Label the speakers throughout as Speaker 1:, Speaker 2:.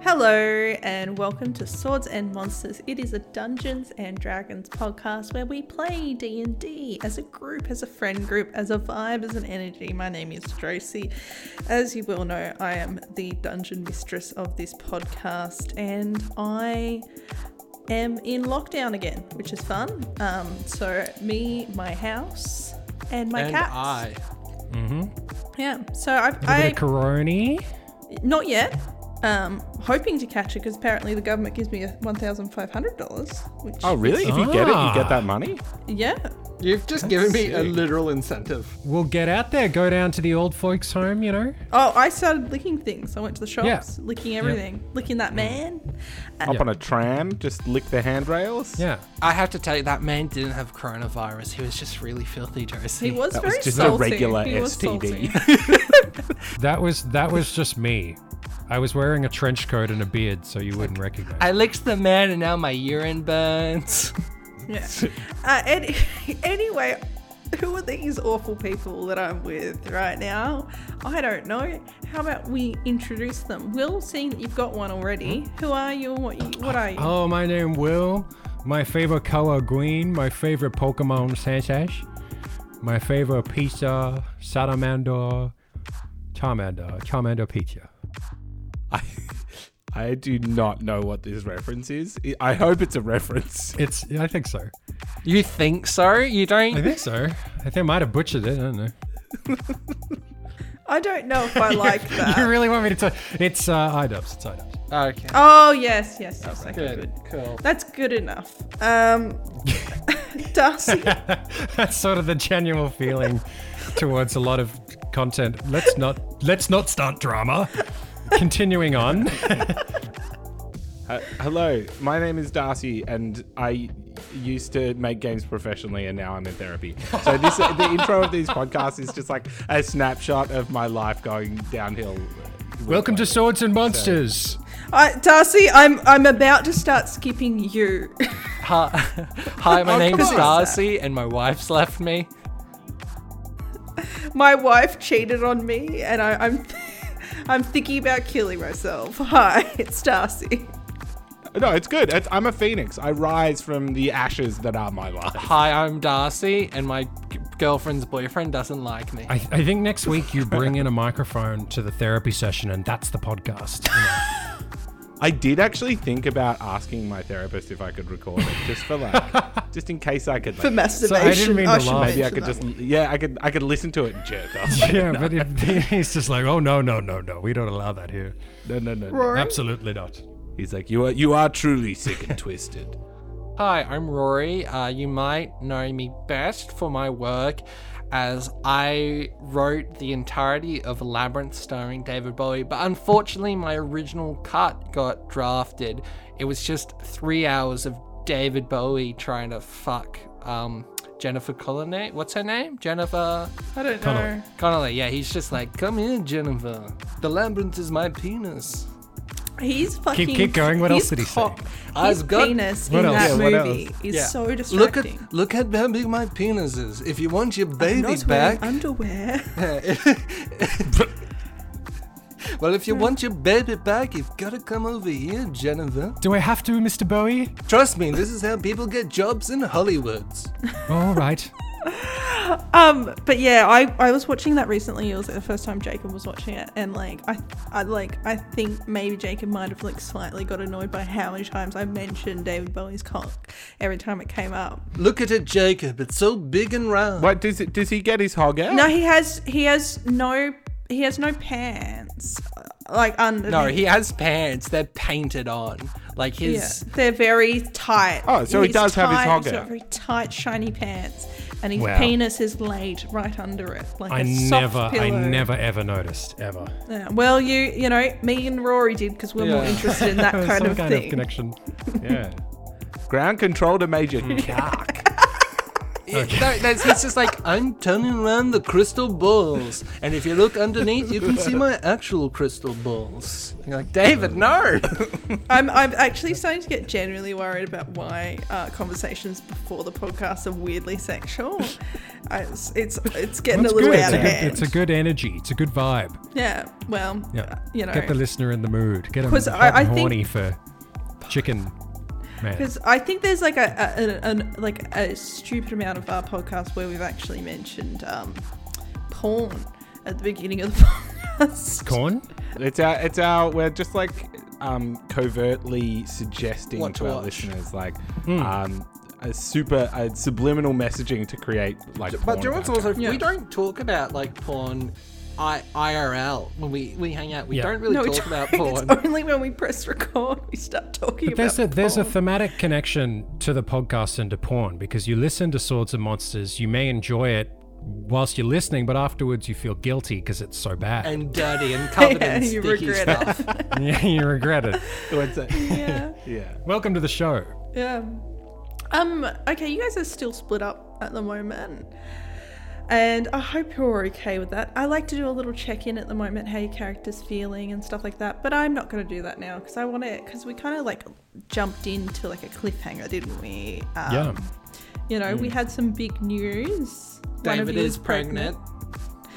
Speaker 1: Hello and welcome to Swords and Monsters. It is a Dungeons and Dragons podcast where we play D&D as a group, as a friend group, as a vibe, as an energy. My name is Josie. As you will know, I am the dungeon mistress of this podcast and I am in lockdown again, which is fun. Um, so me, my house, and my
Speaker 2: and
Speaker 1: cats.
Speaker 2: I.
Speaker 1: Yeah. So I've,
Speaker 3: A bit
Speaker 1: I
Speaker 3: of Coroni.
Speaker 1: Not yet. Um, hoping to catch it because apparently the government gives me one thousand five hundred dollars. Which
Speaker 4: Oh, really? If you get it, you
Speaker 3: Ah.
Speaker 4: get that money?
Speaker 1: yeah,
Speaker 2: You've just given me a
Speaker 4: sick.
Speaker 2: literal incentive.
Speaker 3: We'll get out there, go down to the old folks' home, you know.
Speaker 1: oh, I started licking things. I went to the shops,
Speaker 3: Yeah.
Speaker 1: licking everything, licking that man. Uh,
Speaker 4: Up on a tram, just lick the handrails?
Speaker 3: Ah. Yeah.
Speaker 2: I have to tell you, that man didn't have coronavirus. He was just really filthy, Josie.
Speaker 1: He was
Speaker 4: That was
Speaker 1: very
Speaker 4: just a
Speaker 1: salty.
Speaker 4: regular
Speaker 1: he was
Speaker 4: STD.
Speaker 1: salty.
Speaker 3: That was that was just me. I was wearing a trench coat and a beard, so you wouldn't recognize.
Speaker 2: I licked the man and now my urine burns.
Speaker 1: yeah. Uh, any, anyway, who are these awful people that I'm with right now? I don't know. How about we introduce them? Will, seeing that you've got one already, who are you and what, you, what are you?
Speaker 3: Oh, my name Will. My favorite color green. My favorite Pokemon Sanshash. My favorite pizza Salamander. Charmander. Charmander pizza.
Speaker 4: I, I do not know what this reference is. I- I hope it's a reference.
Speaker 3: It's. I think so.
Speaker 2: You think so? You
Speaker 3: I
Speaker 2: don't?
Speaker 3: think so. I think I might have butchered it. I don't know.
Speaker 1: I don't know if I like that.
Speaker 3: You really want me to? tell it's uh, iDubbbz. It's iDubbbz.
Speaker 2: Okay.
Speaker 1: Oh yes, yes, yes. Okay, good.
Speaker 2: Good. Cool.
Speaker 1: That's good enough. Um, Darcy.
Speaker 3: That's sort of the general feeling towards a lot of content. Let's not let's not start drama. Continuing on.
Speaker 4: Uh, hello, my name is Darcy, and I used to make games professionally, and now I'm in therapy. So this, the intro of these podcasts is just like a snapshot of my life going downhill.
Speaker 3: Welcome to Swords and Monsters.
Speaker 1: I, Darcy, I'm I'm about to start skipping you.
Speaker 2: Hi, Hi, my
Speaker 1: Oh,
Speaker 2: name's
Speaker 1: come on.
Speaker 2: Darcy, and my wife's left me.
Speaker 1: My wife cheated on me, and I, I'm I'm thinking about killing myself. Hi, it's Darcy.
Speaker 4: No, it's good. It's, I'm a phoenix. I rise from the ashes that are my life.
Speaker 2: Hi, I'm Darcy, and my g- girlfriend's boyfriend doesn't like me.
Speaker 3: I, I think next week you bring in a microphone to the therapy session and that's the podcast. you know.
Speaker 4: I did actually think about asking my therapist if I could record it, just for like, just in case I could. Like,
Speaker 1: For masturbation. Oh,
Speaker 3: mean to
Speaker 1: should
Speaker 3: laugh.
Speaker 4: maybe I
Speaker 1: mention
Speaker 4: could
Speaker 1: that.
Speaker 4: just, yeah, I could, I could listen to it and jerk off.
Speaker 3: yeah, but if, he's just like, oh no, no, no, no, we don't allow that here.
Speaker 4: No, no, no. no.
Speaker 1: Rory?
Speaker 3: Absolutely not.
Speaker 4: He's like, you are, you are truly sick and twisted.
Speaker 2: Hi, I'm Rory. Uh, you might know me best for my work as I wrote the entirety of Labyrinth starring David Bowie, but unfortunately, my original cut got drafted. It was just three hours of David Bowie trying to fuck um, Jennifer Connelly. What's her name? Jennifer
Speaker 1: I don't
Speaker 3: Connolly.
Speaker 1: know.
Speaker 2: Connelly. Yeah, he's just like, come here, Jennifer. The Labyrinth is my penis.
Speaker 1: He's fucking.
Speaker 3: keep going. What else
Speaker 1: his
Speaker 3: did he say?
Speaker 1: cock- His
Speaker 2: I've got-
Speaker 1: penis
Speaker 3: What
Speaker 1: in
Speaker 3: else?
Speaker 1: that
Speaker 3: Yeah,
Speaker 4: what else?
Speaker 1: movie is
Speaker 2: Yeah.
Speaker 1: so
Speaker 2: Look
Speaker 1: distracting.
Speaker 2: at look at how big my penis is. If you want your
Speaker 1: I'm
Speaker 2: baby
Speaker 1: not wearing
Speaker 2: back,
Speaker 1: underwear.
Speaker 2: well, if you want your baby back, you've got to come over here, Jennifer.
Speaker 3: Do I have to, Mr. Bowie?
Speaker 2: Trust me, this is how people get jobs in Hollywood.
Speaker 3: All right.
Speaker 1: Um, but yeah, I, I was watching that recently. It was like the first time Jacob was watching it, and like I, I like I think maybe Jacob might have like slightly got annoyed by how many times I mentioned David Bowie's cock every time it came up.
Speaker 2: Look at it, Jacob. It's so big and round.
Speaker 4: What does it, does he get his hog out?
Speaker 1: No, he has he has no he has no pants like under.
Speaker 2: No, he has pants. They're painted on. Like
Speaker 1: Yeah,
Speaker 2: his.
Speaker 1: they're very tight.
Speaker 4: Oh, so he
Speaker 1: He's
Speaker 4: does have his
Speaker 1: tight,
Speaker 4: hog
Speaker 1: he's got
Speaker 4: out.
Speaker 1: Very tight, shiny pants, and his
Speaker 3: Wow.
Speaker 1: penis is laid right under it, like
Speaker 3: I
Speaker 1: a soft
Speaker 3: never, I
Speaker 1: pillow.
Speaker 3: never ever noticed, ever.
Speaker 1: Yeah, well, you you know, me and Rory did because we're more
Speaker 2: Yeah.
Speaker 1: interested in that kind
Speaker 3: Uh, Some
Speaker 1: of
Speaker 3: kind of
Speaker 1: thing.
Speaker 3: connection.
Speaker 4: Yeah. Ground control to Major Cock.
Speaker 2: Yeah, no, that's- he's just like, I'm turning around the crystal balls. And if you look underneath, you can see my actual crystal balls. And you're like, David, no!
Speaker 1: I'm I'm actually starting to get genuinely worried about why uh, conversations before the podcast are weirdly sexual. I, it's it's it's getting
Speaker 3: That's
Speaker 1: a little
Speaker 3: good.
Speaker 1: out
Speaker 3: it's,
Speaker 1: of
Speaker 3: a good,
Speaker 1: hand.
Speaker 3: it's a good energy. It's a good vibe.
Speaker 1: yeah. Well, uh,
Speaker 3: Yeah.
Speaker 1: you know,
Speaker 3: Get the listener in the mood. Get them
Speaker 1: 'Cause
Speaker 3: hot
Speaker 1: I- I
Speaker 3: and
Speaker 1: think-
Speaker 3: horny for chicken. Man.
Speaker 1: Because I think there's like a, a, an, an like a stupid amount of our podcast where we've actually mentioned um, porn at the beginning of the podcast.
Speaker 3: Corn?
Speaker 4: It's our, it's our, we're just like um, covertly suggesting
Speaker 2: What
Speaker 4: to,
Speaker 2: to
Speaker 4: our
Speaker 2: watch. Hmm.
Speaker 4: listeners, like, um, a super a subliminal messaging to create, like,
Speaker 2: But do you know
Speaker 4: porn
Speaker 2: what's also
Speaker 4: content.
Speaker 1: Yeah.
Speaker 2: we don't talk about like porn I- IRL when we, we hang out. We
Speaker 3: Yeah.
Speaker 2: don't really
Speaker 1: No, we
Speaker 2: talk about
Speaker 1: don't.
Speaker 2: porn.
Speaker 1: It's only when we press record we start talking
Speaker 3: But there's a
Speaker 1: about
Speaker 3: there's a
Speaker 1: porn.
Speaker 3: thematic connection to the podcast and to porn because you listen to Swords and Monsters, you may enjoy it whilst you're listening, but afterwards you feel guilty because it's so bad.
Speaker 2: and dirty and covered
Speaker 1: Yeah,
Speaker 2: in
Speaker 1: you
Speaker 2: sticky
Speaker 1: regret it.
Speaker 2: stuff.
Speaker 3: Yeah, you regret it.
Speaker 4: What's that?
Speaker 1: yeah,
Speaker 4: yeah.
Speaker 3: Welcome to the show.
Speaker 1: yeah. Um. Okay, you guys are still split up at the moment, and I hope you're okay with that. I like to do a little check-in at the moment, how your character's feeling and stuff like that. But I'm not going to do that now because I want to. Because we kind of like jumped into like a cliffhanger, didn't we? Um,
Speaker 3: Yeah. Mm.
Speaker 1: You know, we had some big news. One of
Speaker 2: David
Speaker 1: you
Speaker 2: is pregnant.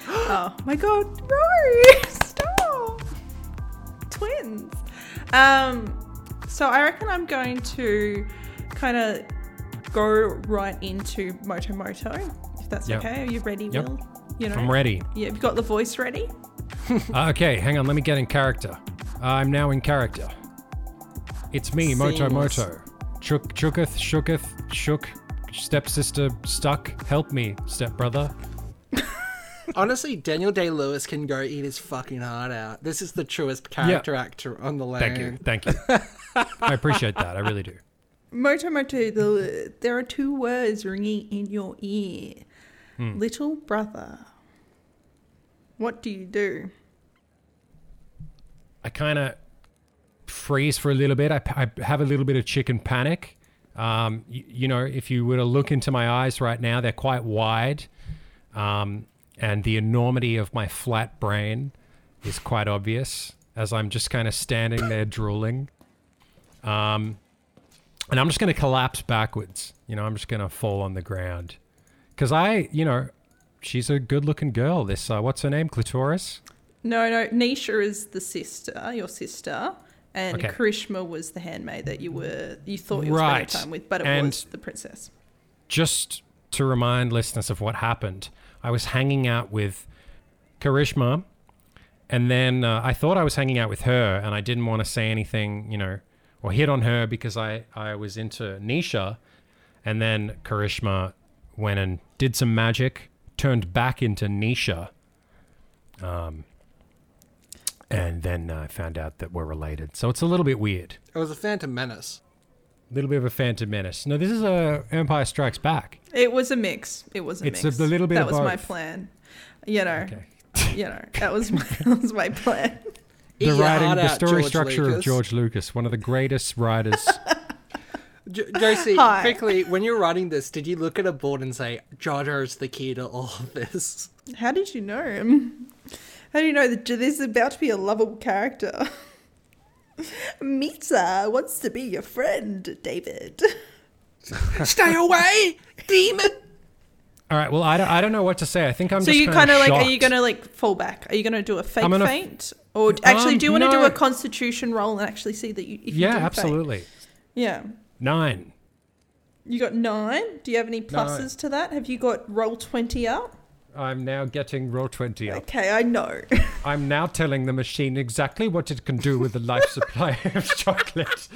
Speaker 1: Oh my god, bro! Stop! Twins. Um, so I reckon I'm going to kind of go right into Moto Moto, if that's
Speaker 3: Yeah.
Speaker 1: okay. Are you ready,
Speaker 3: Yep.
Speaker 1: Will? You know,
Speaker 3: I'm ready.
Speaker 1: Yeah, you've got the voice ready.
Speaker 3: Okay, hang on. Let me get in character. I'm now in character. It's me, Moto
Speaker 2: Seamless.
Speaker 3: Moto. Chook, chooketh, shooketh, shook, stepsister, stuck. Help me, stepbrother.
Speaker 2: Honestly, Daniel Day Lewis can go eat his fucking heart out. This is the truest character actor on the land.
Speaker 3: Thank you. Thank you. I appreciate that. I really do.
Speaker 1: Moto Moto, the, there are two words ringing in your ear
Speaker 3: Hmm.
Speaker 1: little brother. What do you do?
Speaker 3: I kind of freeze for a little bit. I, I have a little bit of chicken panic. Um, you, you know, if you were to look into my eyes right now, they're quite wide. Um, and the enormity of my flat brain is quite obvious as I'm just kind of standing there drooling. Um, and I'm just going to collapse backwards. You know, I'm just going to fall on the ground. Because I, you know, she's a good looking girl. This, uh, what's her name? Clitoris?
Speaker 1: No, no. Nisha is the sister, your sister, and
Speaker 3: Okay.
Speaker 1: Krishma was the handmaid that you were you thought you were
Speaker 3: Right.
Speaker 1: spending time with, but it
Speaker 3: And-
Speaker 1: was the princess.
Speaker 3: just to remind listeners of what happened, I was hanging out with Karishma, and then uh, I thought I was hanging out with her, and I didn't want to say anything, you know, or hit on her because I, I was into Nisha. And then Karishma went and did some magic, turned back into Nisha. Um, and then uh, I found out that we're related. So it's a little bit weird.
Speaker 2: It was a Phantom Menace.
Speaker 3: A little bit of a Phantom Menace. No, this is a Empire Strikes Back.
Speaker 1: It was a mix. It was a
Speaker 3: It's a
Speaker 1: mix.
Speaker 3: little bit
Speaker 1: That
Speaker 3: of
Speaker 1: was my
Speaker 3: both.
Speaker 1: plan. You know.
Speaker 3: Okay.
Speaker 1: You know. That was my, that was my plan.
Speaker 2: Eat
Speaker 3: the
Speaker 2: your
Speaker 3: writing,
Speaker 2: heart
Speaker 3: the
Speaker 2: out,
Speaker 3: story
Speaker 2: George
Speaker 3: structure
Speaker 2: Lucas.
Speaker 3: of George Lucas, one of the greatest writers.
Speaker 2: Jo- Josie,
Speaker 1: Hi.
Speaker 2: quickly, when you're writing this, did you look at a board and say, Jojo's the key to all of this?
Speaker 1: How did you know? him? How do you know that this is about to be a lovable character? Mita wants to be your friend, David.
Speaker 2: Stay away, demon!
Speaker 3: All right, well, I don't, I don't know what to say. I think I'm
Speaker 1: So
Speaker 3: just
Speaker 1: you
Speaker 3: kind of
Speaker 1: like, are you going to like fall back? Are you going to do a fake
Speaker 3: I'm gonna-
Speaker 1: faint, or d- actually,
Speaker 3: Um,
Speaker 1: do you want to do
Speaker 3: no.
Speaker 1: a Constitution roll and actually see that you? If you
Speaker 3: Yeah,
Speaker 1: do faint?
Speaker 3: absolutely.
Speaker 1: Yeah,
Speaker 3: Nine.
Speaker 1: you got nine. Do you have any pluses to that? Have you got roll twenty up?
Speaker 3: I'm now getting roll 20 up.
Speaker 1: Okay, I know.
Speaker 3: I'm now telling the machine exactly what it can do with the life supply of chocolate.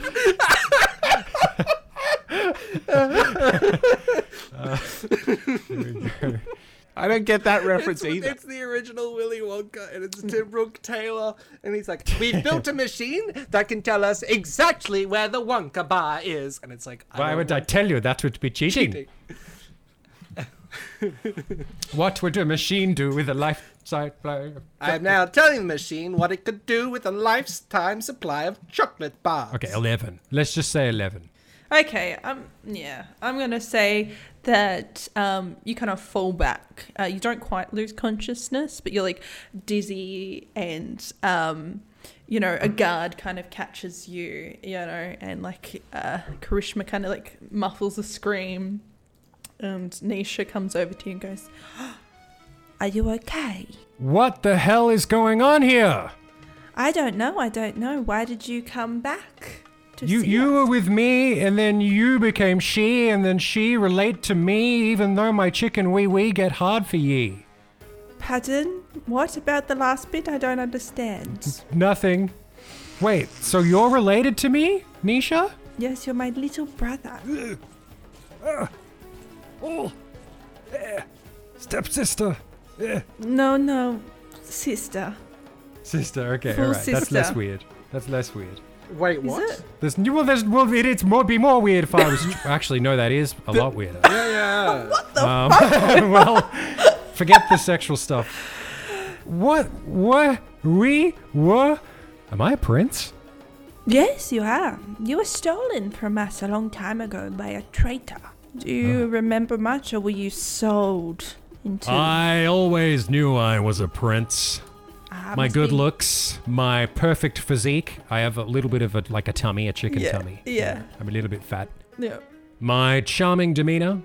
Speaker 4: I don't get that reference
Speaker 2: It's,
Speaker 4: either.
Speaker 2: it's the original Willy Wonka, and
Speaker 3: Mm.
Speaker 2: it's Tim Brooke Taylor, and he's like, "We built a machine that can tell us exactly where the Wonka bar is," and it's like, I
Speaker 3: Why
Speaker 2: don't
Speaker 3: would I
Speaker 2: want
Speaker 3: tell you? That would be cheating.
Speaker 2: cheating.
Speaker 3: What would a machine do with a life supply? of-
Speaker 2: I am now telling the machine what it could do with a lifetime supply of chocolate bars.
Speaker 3: Okay, 11. Let's just say 11.
Speaker 1: okay, um, yeah, I'm gonna say that um, you kind of fall back. Uh, you don't quite lose consciousness, but you're like dizzy and um. You know, a guard kind of catches you, you know, and like uh, Karishma kind of like muffles a scream And Nisha comes over to you and goes, Are you okay?
Speaker 3: What the hell is going on here?
Speaker 1: I don't know. I don't know. Why did you come back? To
Speaker 3: You
Speaker 1: see
Speaker 3: you
Speaker 1: us?"
Speaker 3: were with me, and then you became she, and then she relate to me, even though my chicken wee wee get hard for ye.
Speaker 1: Pardon? What about the last bit? I don't understand.
Speaker 3: Nothing. Wait, so you're related to me, Nisha?
Speaker 1: yes, you're my little brother.
Speaker 3: Oh, stepsister.
Speaker 1: No, no, sister.
Speaker 3: Sister. Okay,
Speaker 1: Full
Speaker 3: all right. That's less
Speaker 1: sister.
Speaker 3: weird. That's less weird.
Speaker 2: Wait,
Speaker 1: Is
Speaker 2: what?
Speaker 1: it?
Speaker 3: There's well, there's well, it, it's more be more weird if I was actually no, that is a lot weirder.
Speaker 2: Yeah, yeah.
Speaker 3: Um, well, forget the sexual stuff. What? What? We? were? Am I a prince?
Speaker 1: Yes, you are. You were stolen from us a long time ago by a traitor. Do you
Speaker 3: Ah.
Speaker 1: remember much, or were you sold into?
Speaker 3: I always knew I was a prince.
Speaker 1: Ah,
Speaker 3: My
Speaker 1: must
Speaker 3: good
Speaker 1: be-
Speaker 3: looks, my perfect physique. I have a little bit of a like a tummy, a chicken
Speaker 1: Yeah,
Speaker 3: tummy.
Speaker 1: yeah.
Speaker 3: I'm a little bit fat.
Speaker 1: Yeah.
Speaker 3: My charming demeanor.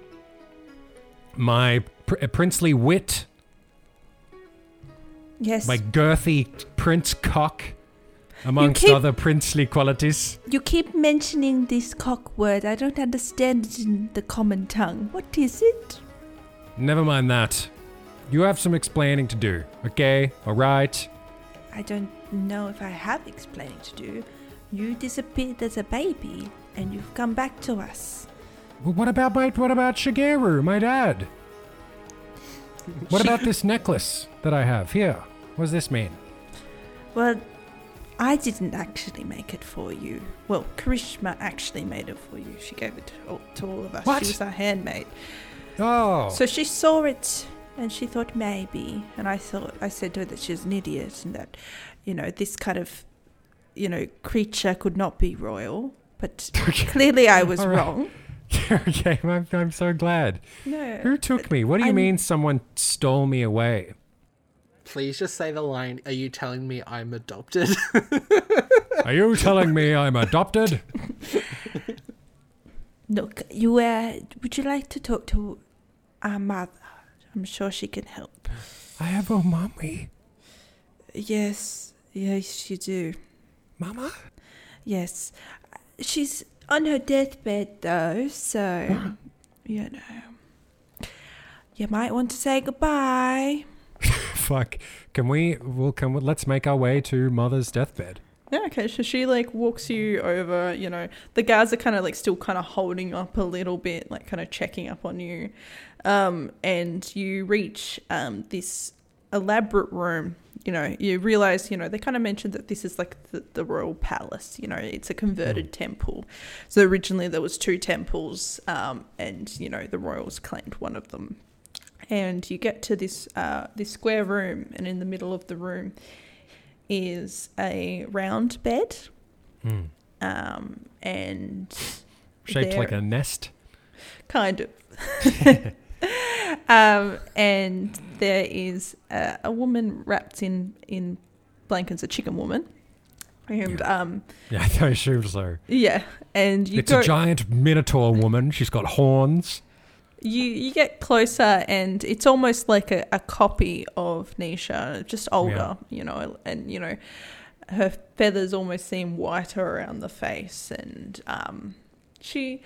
Speaker 3: My pr- uh, princely wit.
Speaker 1: Yes.
Speaker 3: My girthy prince cock. Amongst
Speaker 1: keep-
Speaker 3: other princely qualities.
Speaker 1: You keep mentioning this cock word. I don't understand it in the common tongue. What is it?
Speaker 3: Never mind that. You have some explaining to do, okay? Alright.
Speaker 1: I don't know if I have explaining to do. You disappeared as a baby, and you've come back to us.
Speaker 3: Well, what about my what about Shigeru, my dad? What
Speaker 1: Shi-
Speaker 3: about this necklace that I have here? What does this mean?
Speaker 1: Well, I didn't actually make it for you. Well, Karishma actually made it for you. She gave it to all, to all of us.
Speaker 3: What?
Speaker 1: She was our handmaid.
Speaker 3: Oh.
Speaker 1: So she saw it and she thought maybe. And I thought, I said to her that she was an idiot and that, you know, this kind of, you know, creature could not be royal. But clearly I was
Speaker 3: All right.
Speaker 1: wrong.
Speaker 3: okay, I'm, I'm so glad.
Speaker 1: No.
Speaker 3: Who took me? What do you
Speaker 1: I'm-
Speaker 3: mean someone stole me away?
Speaker 2: Please just say the line. Are you telling me I'm adopted?
Speaker 3: Are you telling me I'm adopted?
Speaker 1: Look, you were. Would you like to talk to our mother? I'm sure she can help.
Speaker 3: I have a mommy.
Speaker 1: Yes, yes, you do.
Speaker 3: Mama?
Speaker 1: Yes. She's on her deathbed, though, so, you know. You might want to say goodbye.
Speaker 3: Fuck. Can we we'll come let's make our way to mother's deathbed.
Speaker 1: Yeah, okay, so she like walks you over, you know. The guards are kind of like still kind of holding up a little bit, like kind of checking up on you. Um, and you reach um, this elaborate room. You know, you realize, you know, they kind of mentioned that this is like the, the royal palace, you know, it's a converted
Speaker 3: Hmm.
Speaker 1: temple. So originally there was two temples um, and, you know, the royals claimed one of them. And you get to this uh, this square room and in the middle of the room is a round bed um, and
Speaker 3: Hmm. Shaped
Speaker 1: there-
Speaker 3: like a nest.
Speaker 1: kind of um, and there is a, a woman wrapped in in blankets a chicken woman and yeah, um,
Speaker 3: Yeah, I assume so.
Speaker 1: yeah and you
Speaker 3: it's
Speaker 1: go
Speaker 3: a giant minotaur woman. She's got horns.
Speaker 1: you you get closer and it's almost like a, a copy of Nisha, just older, you know, and you know, her feathers almost seem whiter around the face, and um, she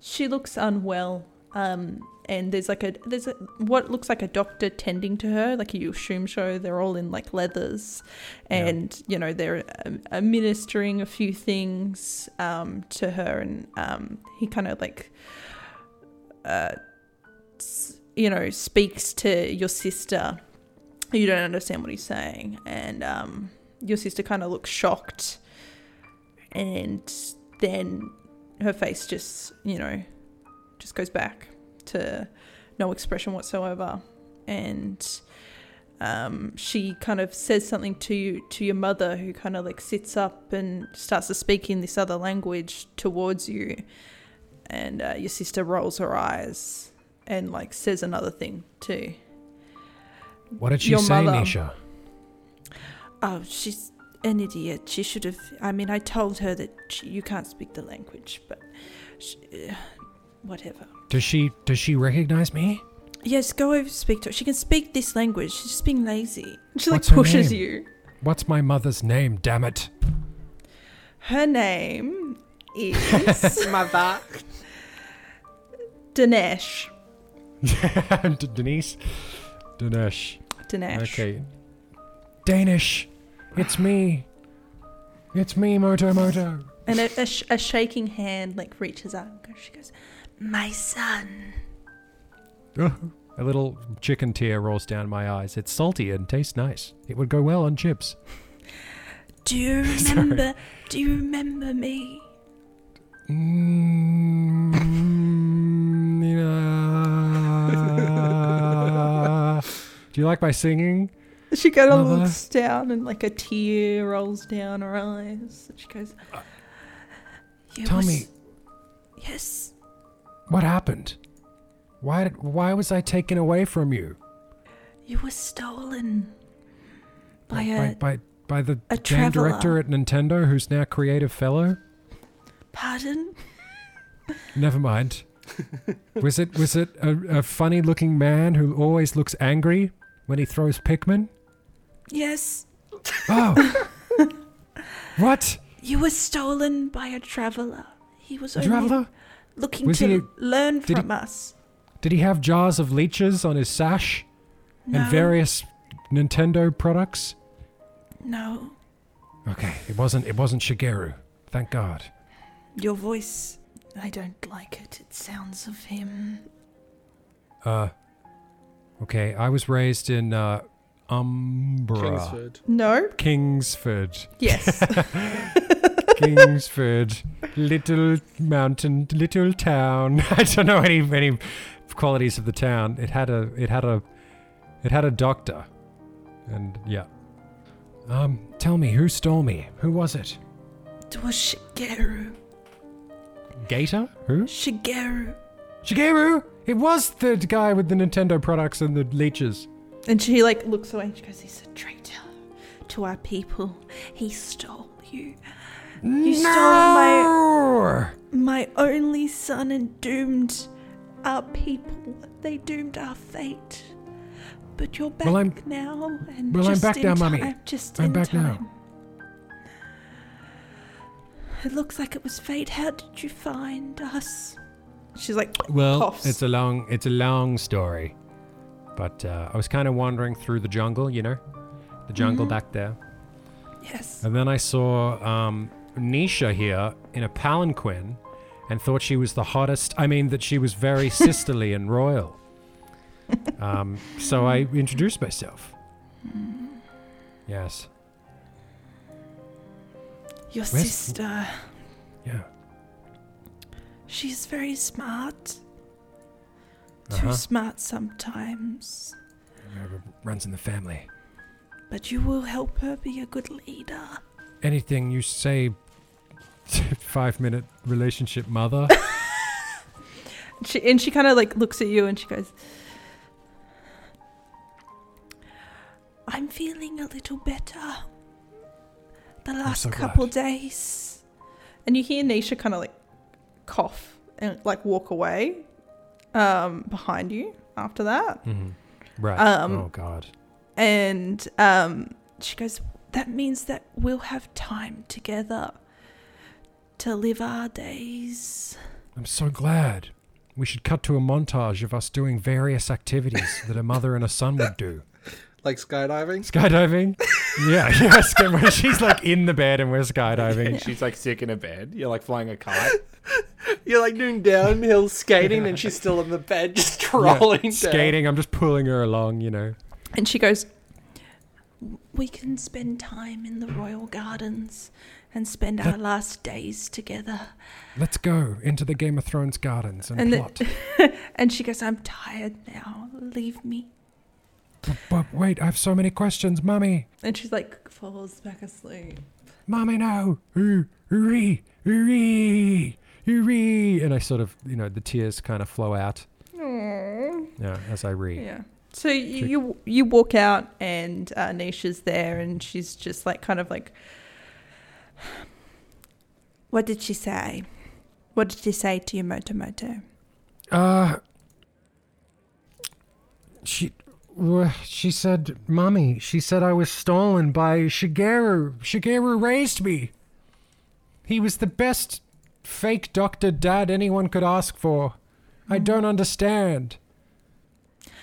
Speaker 1: she looks unwell. Um, and there's like a there's a, what looks like a doctor tending to her, like you assume so. They're all in like leathers,
Speaker 3: Yeah.
Speaker 1: and you know they're um, administering a few things um, to her, and um, he kind of like uh, s- you know, speaks to your sister. You don't understand what he's saying, and um, your sister kind of looks shocked, and then her face just, you know, just goes back to no expression whatsoever, and um, she kind of says something to you to your mother, who kind of like sits up and starts to speak in this other language towards you, and uh, your sister rolls her eyes and like says another thing too.
Speaker 3: What did she
Speaker 1: Your
Speaker 3: say,
Speaker 1: mother.
Speaker 3: Nisha?
Speaker 1: Oh, she's an idiot. She should have. I mean, I told her that sh you can't speak the language, but sh uh, whatever.
Speaker 3: Does she does she recognize me?
Speaker 1: Yes, go over speak to her. She can speak this language. She's just being lazy. She like
Speaker 3: What's her
Speaker 1: pushes
Speaker 3: name?
Speaker 1: you.
Speaker 3: What's my mother's name? Damn it!
Speaker 1: Her name is
Speaker 2: Mother.
Speaker 1: Dinesh.
Speaker 3: D- Denise, Dinesh.
Speaker 1: Dinesh.
Speaker 3: Okay. Danish, it's me. It's me, Moto Moto.
Speaker 1: And a, a, sh- a shaking hand like reaches out and goes, she goes, My son.
Speaker 3: A little chicken tear rolls down my eyes. It's salty and tastes nice. It would go well on chips.
Speaker 1: Do you remember do you remember me?
Speaker 3: Mm, uh, Do you like my singing?
Speaker 1: She kind of
Speaker 3: Mother.
Speaker 1: looks down and like a tear rolls down her eyes. She goes, "You
Speaker 3: Uh, Tell
Speaker 1: was-
Speaker 3: me,
Speaker 1: Yes.
Speaker 3: what happened? Why did, why was I taken away from you?
Speaker 1: You were stolen by
Speaker 3: by,
Speaker 1: a
Speaker 3: by, by the
Speaker 1: a
Speaker 3: game director
Speaker 1: traveler.
Speaker 3: at Nintendo who's now creative fellow?
Speaker 1: pardon.
Speaker 3: Never mind. was it was it a, a funny looking man who always looks angry when he throws Pikmin?
Speaker 1: Yes,
Speaker 3: Oh, what
Speaker 1: you were stolen by a traveler. He was only
Speaker 3: traveler?
Speaker 1: looking
Speaker 3: Was
Speaker 1: to
Speaker 3: he a-
Speaker 1: learn
Speaker 3: did he-
Speaker 1: from us.
Speaker 3: Did he have jars of leeches on his sash
Speaker 1: No,
Speaker 3: and various Nintendo products?
Speaker 1: no,
Speaker 3: Okay, it wasn't it wasn't Shigeru. Thank God.
Speaker 1: your voice. I don't like it. It sounds of him.
Speaker 3: Uh, okay, I was raised in uh, Umbra,
Speaker 2: Kingsford.
Speaker 1: No.
Speaker 3: Kingsford.
Speaker 1: Yes.
Speaker 3: Kingsford, little mountain, little town. I don't know any any qualities of the town. It had a it had a it had a doctor, and yeah. Um, tell me who stole me? Who was it?
Speaker 1: it was Shigeru.
Speaker 3: Gator? Who?
Speaker 1: Shigeru.
Speaker 3: Shigeru. It was the guy with the Nintendo products and the leeches.
Speaker 1: And she like looks away and she goes, He's a traitor to our people. He stole you. You stole my
Speaker 3: No!
Speaker 1: my only son and doomed our people. They doomed our fate. But you're back
Speaker 3: Well, I'm-
Speaker 1: now and
Speaker 3: well, I'm
Speaker 1: just
Speaker 3: back
Speaker 1: in
Speaker 3: now,
Speaker 1: ti-
Speaker 3: Mummy.
Speaker 1: I'm just
Speaker 3: I'm
Speaker 1: in
Speaker 3: back now.
Speaker 1: time. It looks like it was fate. How did you find us? She's like
Speaker 3: Well,
Speaker 1: coughs.
Speaker 3: it's a long it's a long story, but uh, I was kind of wandering through the jungle, you know, the jungle
Speaker 1: Mm-hmm.
Speaker 3: back there,
Speaker 1: yes.
Speaker 3: and then I saw um, Nisha here in a palanquin, and thought she was the hottest. I mean, that she was very sisterly and royal. Um, so I introduced myself.
Speaker 1: Mm-hmm.
Speaker 3: Yes.
Speaker 1: Your
Speaker 3: Where's-
Speaker 1: sister.
Speaker 3: Yeah.
Speaker 1: She's very smart. Too
Speaker 3: Uh-huh.
Speaker 1: smart sometimes.
Speaker 3: Runs in the family.
Speaker 1: But you will help her be a good leader.
Speaker 3: Anything you say. Five minute relationship, mother.
Speaker 1: She, and she kind of like looks at you and she goes, I'm feeling a little better. The last
Speaker 3: so glad.
Speaker 1: couple days. And you hear Nisha kind of like cough and like walk away um, behind you after that.
Speaker 3: Mhm. Right.
Speaker 1: Um,
Speaker 3: oh God.
Speaker 1: And um, she goes, That means that we'll have time together to live our days.
Speaker 3: I'm so glad. We should cut to a montage of us doing various activities that a mother and a son would do.
Speaker 2: Like skydiving?
Speaker 3: Skydiving? Yeah, yeah. Sky- when she's like in the bed and we're skydiving.
Speaker 4: And she's like sick in a bed. You're like flying a kite.
Speaker 2: You're like doing downhill skating and she's still on the bed just
Speaker 3: Yeah,
Speaker 2: crawling down.
Speaker 3: skating. I'm just pulling her along, you know.
Speaker 1: And she goes, We can spend time in the royal gardens and spend our last days together.
Speaker 3: Let's go into the Game of Thrones gardens and,
Speaker 1: And the-
Speaker 3: plot.
Speaker 1: And she goes, I'm tired now. Leave me.
Speaker 3: but, but wait, I have so many questions, mummy.
Speaker 1: And she's like, falls back asleep.
Speaker 3: Mummy, no. Ooh, ooh, ooh, ooh, and I sort of, you know, the tears kind of flow out. Yeah, as I read.
Speaker 1: Yeah. So you, you you walk out and uh, Nisha's there and she's just like kind of like, what did she say? What did she say to you, Motomoto?
Speaker 3: Uh, she, wha- she said, "Mommy." She said I was stolen by Shigeru. Shigeru raised me. He was the best fake doctor dad anyone could ask for. I don't understand.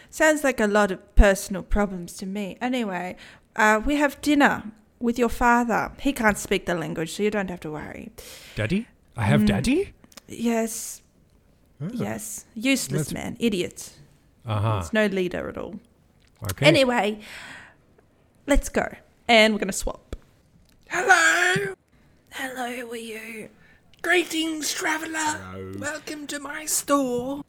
Speaker 1: Sounds like a lot of personal problems to me. Anyway, uh, we have dinner with your father. He can't speak the language, so you don't have to worry.
Speaker 3: Daddy, I have daddy.
Speaker 1: Yes, yes. Useless
Speaker 3: That's-
Speaker 1: man, idiot.
Speaker 3: Uh huh.
Speaker 1: It's no leader at all.
Speaker 3: Okay.
Speaker 1: Anyway, let's go. And we're going to swap.
Speaker 2: Hello!
Speaker 1: Hello, who are you?
Speaker 2: Greetings, traveller! Welcome to my store.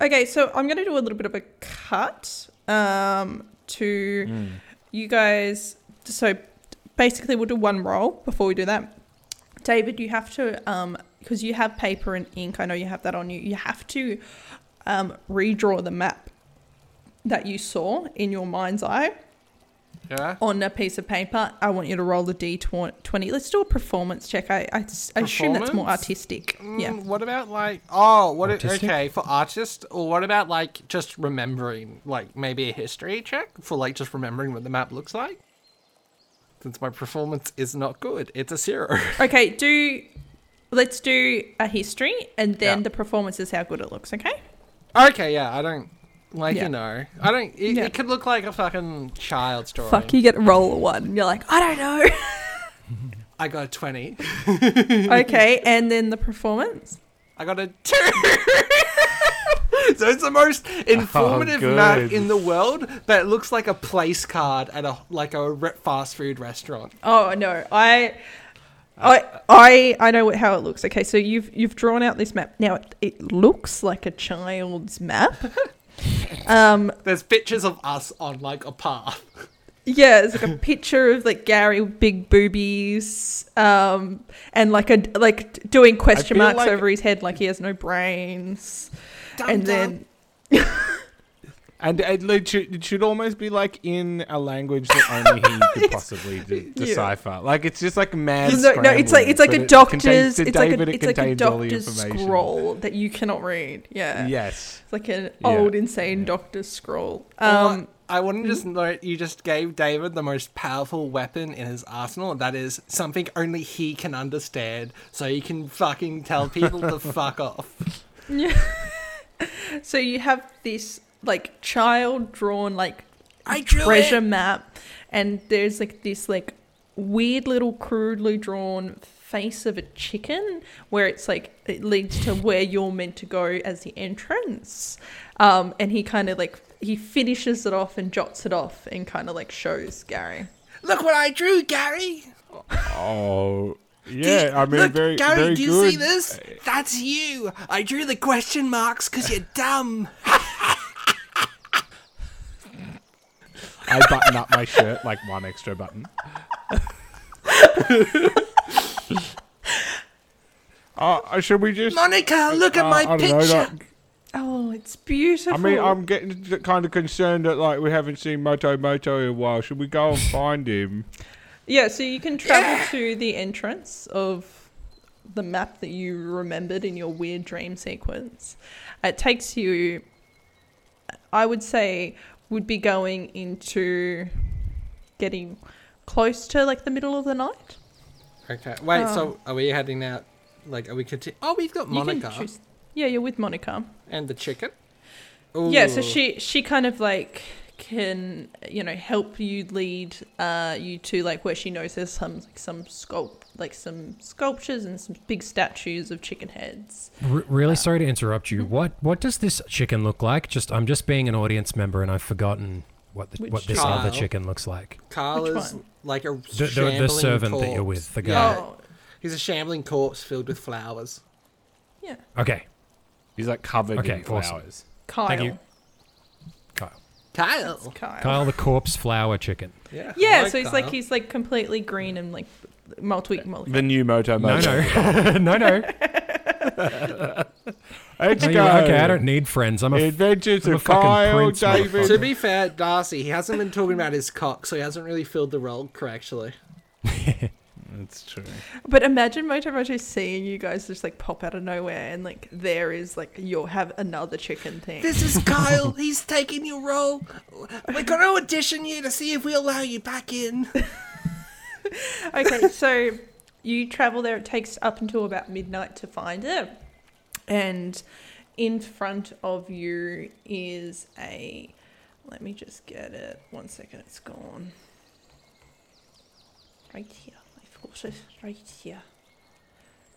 Speaker 1: Okay, so I'm going to do a little bit of a cut um, to you guys. So basically, we'll do one roll before we do that. David, you have to, because you have paper and ink, I know you have that on you, you have to um, redraw the map that you saw in your mind's eye
Speaker 2: Yeah?
Speaker 1: on a piece of paper. I want you to roll the d20. Let's do a performance check. I, I, s- I assume that's more
Speaker 2: Performance?
Speaker 1: artistic.
Speaker 2: Mm,
Speaker 1: Yeah.
Speaker 2: What about like oh what it,
Speaker 3: Artistic?
Speaker 2: okay for artists or what about like just remembering like maybe a history check for like just remembering what the map looks like? Since my performance is not good, it's a zero.
Speaker 1: Okay, do let's do a history and then
Speaker 2: Yeah.
Speaker 1: the performance is how good it looks, okay?
Speaker 2: okay, yeah, I don't like
Speaker 1: Yeah.
Speaker 2: you know I don't. It,
Speaker 1: Yeah.
Speaker 2: it could look like a fucking child story.
Speaker 1: Fuck, you get roll a one. You're like, I don't
Speaker 2: I got a twenty.
Speaker 1: know. okay, and then the performance.
Speaker 2: I got a two. so it's the most informative
Speaker 1: Oh,
Speaker 2: map
Speaker 4: good.
Speaker 2: in the world, but it looks like a place card at a like a re- fast food restaurant.
Speaker 1: Oh no, I,
Speaker 2: Uh,
Speaker 1: I, I, I know what, how it looks. Okay, so you've you've drawn out this map. Now it, it looks like a child's map. um,
Speaker 2: There's pictures of us on like a path.
Speaker 1: Yeah, it's like a picture of like Gary with big boobies, um, and like a like doing question
Speaker 4: feel
Speaker 1: marks
Speaker 4: like-
Speaker 1: over his head, like he has no brains. and then
Speaker 4: And it, li- should, it should almost be like in a language that only he could possibly de- decipher. Like it's just like mad.
Speaker 1: no, no, it's like it's like
Speaker 4: scrambles,
Speaker 1: a
Speaker 4: but it
Speaker 1: doctor's,
Speaker 4: contains- to
Speaker 1: it's like
Speaker 4: David,
Speaker 1: a
Speaker 4: it
Speaker 1: it's like a
Speaker 4: contains all the
Speaker 1: doctor's
Speaker 4: information.
Speaker 1: scroll that you cannot read. Yeah,
Speaker 4: Yes.
Speaker 1: it's like an
Speaker 4: Yeah.
Speaker 1: old insane doctor's scroll.
Speaker 2: Um,
Speaker 1: Um,
Speaker 2: I want to just note you just gave David the most powerful weapon in his arsenal. That is something only he can understand, so he can fucking tell people to fuck off.
Speaker 1: so you have this like child drawn like
Speaker 2: I drew it!
Speaker 1: treasure map and there's like this like weird little crudely drawn face of a chicken where it's like it leads to where you're meant to go as the entrance um and he kind of like he finishes it off and jots it off and kind of like shows gary
Speaker 2: Look what I drew, Gary.
Speaker 4: Oh.
Speaker 2: Do you-
Speaker 4: Yeah, I mean,
Speaker 2: look,
Speaker 4: very,
Speaker 2: Gary,
Speaker 4: very
Speaker 2: do you
Speaker 4: good.
Speaker 2: see this? That's you. I drew the question marks because you're dumb.
Speaker 4: I button up my shirt like one extra button. uh, should we just?
Speaker 2: Monica, look at
Speaker 4: uh,
Speaker 2: my
Speaker 4: I don't know,
Speaker 2: picture.
Speaker 4: like-
Speaker 1: oh it's beautiful
Speaker 4: I mean, I'm getting kind of concerned that like we haven't seen Moto Moto in a while. Should we go and find him?
Speaker 1: yeah so you can travel to the entrance of the map that you remembered in your weird dream sequence it takes you I would say would be going into getting close to like the middle of the night.
Speaker 2: Okay, wait. So
Speaker 1: Oh.
Speaker 2: are we heading out? Like, are we continue? Oh, we've got Monica
Speaker 1: Yeah, you're with Monica.
Speaker 2: and the chicken.
Speaker 1: Yeah, so
Speaker 2: Ooh.
Speaker 1: she she kind of like can you know help you lead uh you to like where she knows there's some like some sculpt like some sculptures and some big statues of chicken heads.
Speaker 3: R- really sorry to interrupt you.
Speaker 1: Mm-hmm.
Speaker 3: What what does this chicken look like? Just I'm just being an audience member and I've forgotten what the,
Speaker 1: Which
Speaker 3: what this
Speaker 2: child?
Speaker 3: other chicken looks like.
Speaker 2: Carl
Speaker 1: Which
Speaker 2: is
Speaker 1: one?
Speaker 2: like a
Speaker 3: The, the,
Speaker 2: shambling
Speaker 3: the servant
Speaker 2: corpse.
Speaker 3: that you're with, the guy.
Speaker 2: Yeah.
Speaker 1: Oh,
Speaker 2: He's a shambling corpse filled with flowers.
Speaker 1: yeah.
Speaker 3: Okay,
Speaker 4: He's like covered
Speaker 3: Okay,
Speaker 4: in flowers.
Speaker 3: awesome.
Speaker 1: Kyle.
Speaker 3: Thank you. Kyle.
Speaker 2: Kyle.
Speaker 1: Kyle.
Speaker 3: Kyle the corpse flower chicken.
Speaker 2: Yeah.
Speaker 1: Yeah,
Speaker 2: I
Speaker 1: so he's like
Speaker 2: Kyle.
Speaker 1: he's like completely green and like multi multi
Speaker 4: The new Moto
Speaker 3: No,
Speaker 4: Moto.
Speaker 3: no, no, no.
Speaker 4: Let's
Speaker 3: No, you-
Speaker 4: go.
Speaker 3: okay, I don't need friends. I'm a. F-
Speaker 4: Adventures
Speaker 3: I'm a
Speaker 4: of
Speaker 3: fucking
Speaker 4: Kyle
Speaker 3: prince,
Speaker 4: David.
Speaker 2: To be fair, Darcy, he hasn't been talking about his cock, so he hasn't really filled the role correctly.
Speaker 4: That's true.
Speaker 1: But imagine Motomoto seeing you guys just like pop out of nowhere and like there is like you'll have another chicken thing.
Speaker 2: This is Kyle. He's taking your role. We're going to audition you to see if we allow you back in.
Speaker 1: okay, so you travel there. It takes up until about midnight to find it. And in front of you is a. Let me just get it. One second, it's gone. Right here. I've got it right here.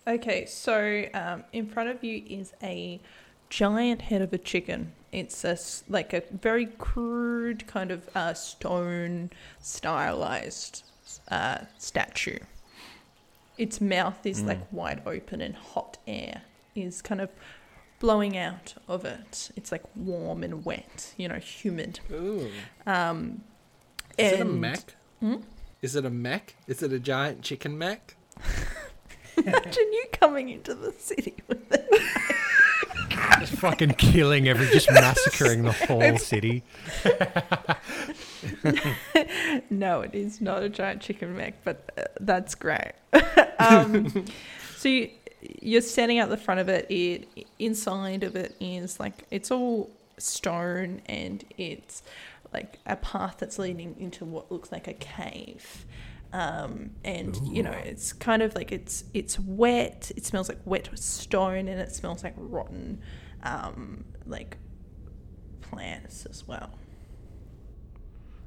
Speaker 1: Okay, so um, in front of you is a giant head of a chicken. It's a s like a very crude kind of uh, stone stylized uh, statue. Its mouth
Speaker 2: Mm.
Speaker 1: is like wide open, and hot air is kind of blowing out of it. It's like warm and wet, you know, humid.
Speaker 2: Ooh.
Speaker 1: Um,
Speaker 2: Is it a
Speaker 1: and-
Speaker 2: mech? Is it a mech? Is it a giant chicken mech?
Speaker 1: Imagine you coming into the city with it.
Speaker 3: Just fucking killing every, just massacring the whole city.
Speaker 1: No, it is not a giant chicken mech, but uh, that's great. um, so you, you're standing out the front of it. It inside of it is like it's all stone, and it's like a path that's leading into what looks like a cave. Um, and you know, it's kind of like it's it's wet. It smells like wet stone, and it smells like rotten, um, like plants as well.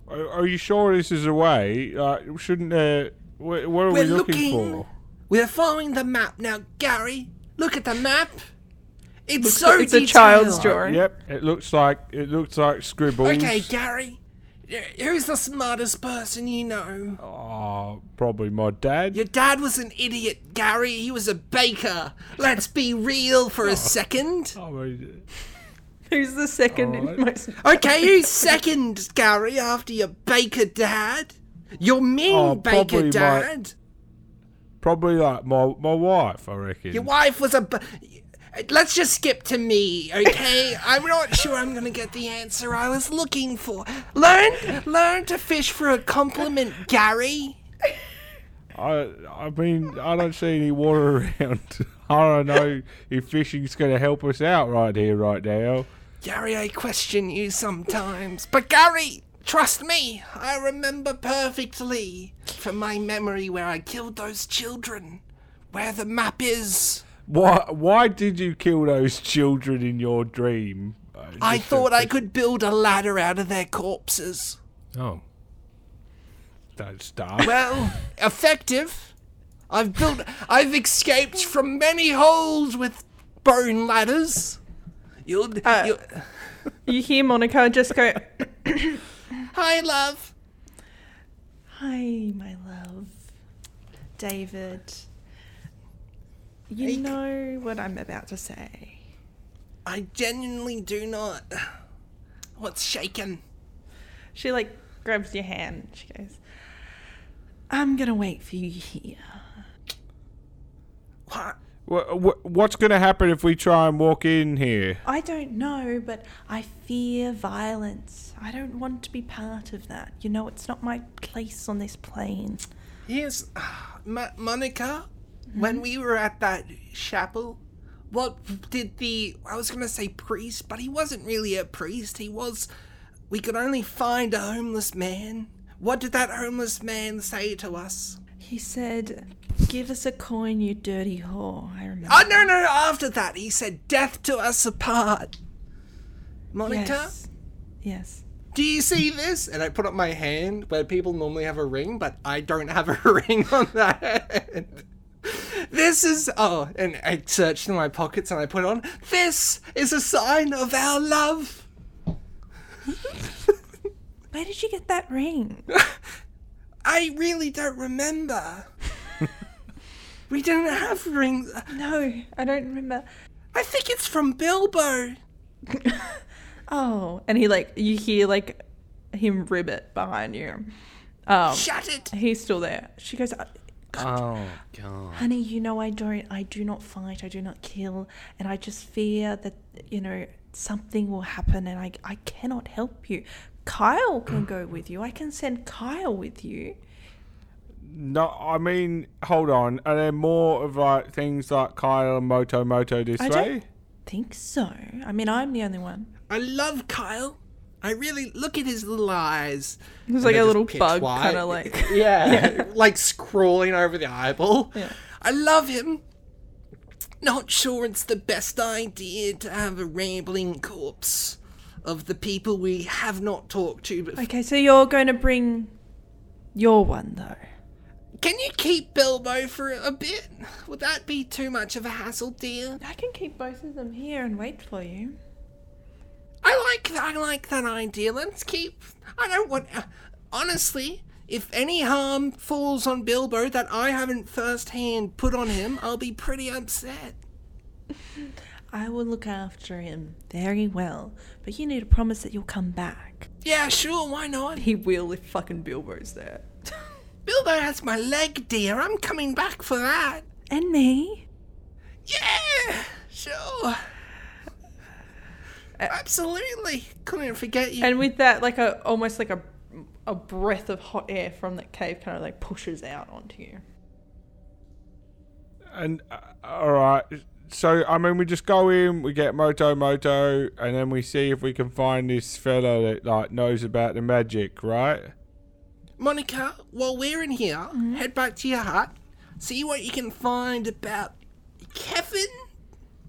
Speaker 4: Are, are you sure this is a way? Uh, shouldn't uh, wh- what are we
Speaker 2: We're
Speaker 4: looking,
Speaker 2: looking.
Speaker 4: for?
Speaker 2: We're following the map now, Gary. Look at the map. It's
Speaker 1: Looks
Speaker 2: so
Speaker 1: like it's a child's
Speaker 2: detailed.
Speaker 1: drawing.
Speaker 4: Yep, it looks like it looks like scribbles.
Speaker 2: Okay, Gary. Who's the smartest person you know?
Speaker 4: Oh, probably my dad.
Speaker 2: Your dad was an idiot, Gary. He was a baker. Let's be real
Speaker 4: Oh.
Speaker 2: for a second.
Speaker 4: I mean,
Speaker 1: Who's the second
Speaker 4: Alright.
Speaker 1: most?
Speaker 2: Okay, who's second, Gary, after your baker dad? Your mean
Speaker 4: Oh,
Speaker 2: baker
Speaker 4: probably my-
Speaker 2: dad?
Speaker 4: probably like my my wife, I reckon.
Speaker 2: Your wife was a. b- Let's just skip to me, okay? I'm not sure I'm gonna get the answer I was looking for. Learn, learn to fish for a compliment, Gary.
Speaker 4: I I mean, I don't see any water around. I don't know if fishing's going to help us out right here, right now.
Speaker 2: Gary, I question you sometimes, but Gary, trust me, I remember perfectly from my memory where I killed those children, where the map is.
Speaker 4: Why why did you kill those children in your dream? Uh,
Speaker 2: I
Speaker 4: just a-
Speaker 2: thought I could build a ladder out of their corpses.
Speaker 3: Oh,
Speaker 4: don't start.
Speaker 2: Well, effective. I've built. I've escaped from many holes with bone ladders. You'll. you'll
Speaker 1: You hear Monica just go,
Speaker 2: hi, love.
Speaker 1: "Hi, my love, David. You know what I'm about to say.
Speaker 2: I genuinely do not. What's shaken?
Speaker 1: She like grabs your hand. She goes, "I'm gonna wait for you here.
Speaker 2: What?
Speaker 4: Wha- wha- What's going to happen if we try and walk in here?
Speaker 1: I don't know, but I fear violence. I don't want to be part of that. You know, it's not my place on this plane.
Speaker 2: Here's Ma- Monica. When we were at that chapel, what did the I was gonna say priest, but he wasn't really a priest. He was. We could only find a homeless man. What did that homeless man say to us?
Speaker 1: He said." Give us a coin, you dirty whore. I remember.
Speaker 2: Oh no no! After that, he said, "Death to us apart." Monica,
Speaker 1: Yes. Yes.
Speaker 2: do you see this? And I put up my hand where people normally have a ring, but I don't have a ring on that hand. This is oh, and I searched in my pockets and I put it on. This is a sign of our love.
Speaker 1: Where did you get that ring?
Speaker 2: I really don't remember. we didn't have rings.
Speaker 1: No, I don't remember.
Speaker 2: I think it's from Bilbo.
Speaker 1: Oh, and he like you hear like him ribbit behind you. Um,
Speaker 2: Shut it.
Speaker 1: he's still there. She goes, "Uh,
Speaker 4: Oh,
Speaker 1: "Honey, you know I don't. I do not fight. I do not kill, and I just fear that you know something will happen, and I I cannot help you. Kyle can go with you. I can send Kyle with you.
Speaker 4: No, I mean, hold on. Are there more of like things like Kyle Moto Moto this
Speaker 1: I
Speaker 4: way?
Speaker 1: don't think so. I mean, I'm the only one.
Speaker 2: I love Kyle. I really look at his little eyes.
Speaker 1: There's
Speaker 2: And
Speaker 1: like
Speaker 2: they're
Speaker 1: a
Speaker 2: just
Speaker 1: little
Speaker 2: pitch
Speaker 1: bug
Speaker 2: white.
Speaker 1: kind of like.
Speaker 2: yeah, like scrawling over the eyeball.
Speaker 1: Yeah.
Speaker 2: I love him. Not sure it's the best idea to have a rambling corpse of the people we have not talked to. But
Speaker 1: Okay, so you're going to bring your one though.
Speaker 2: can you keep Bilbo for a bit? Would that be too much of a hassle, dear?
Speaker 1: I can keep both of them here and wait for you.
Speaker 2: I like that. I like that idea. Let's keep. I don't want. Uh, honestly, if any harm falls on Bilbo that I haven't firsthand put on him, I'll be pretty upset.
Speaker 1: I will look after him very well, but you need to promise that you'll come back.
Speaker 2: Yeah, sure. Why not?
Speaker 1: He will if fucking Bilbo's there.
Speaker 2: Bilbo has my leg, dear. I'm coming back for that.
Speaker 1: and me.
Speaker 2: Yeah, sure. Absolutely. Couldn't forget you.
Speaker 1: And with that, like a almost like a a breath of hot air from that cave kind of like pushes out onto you.
Speaker 4: And uh, all right. So I mean, we just go in, we get Moto Moto, and then we see if we can find this fellow that like knows about the magic, right?
Speaker 2: Monica, while we're in here, head back to your hut. See what you can find about Kevin.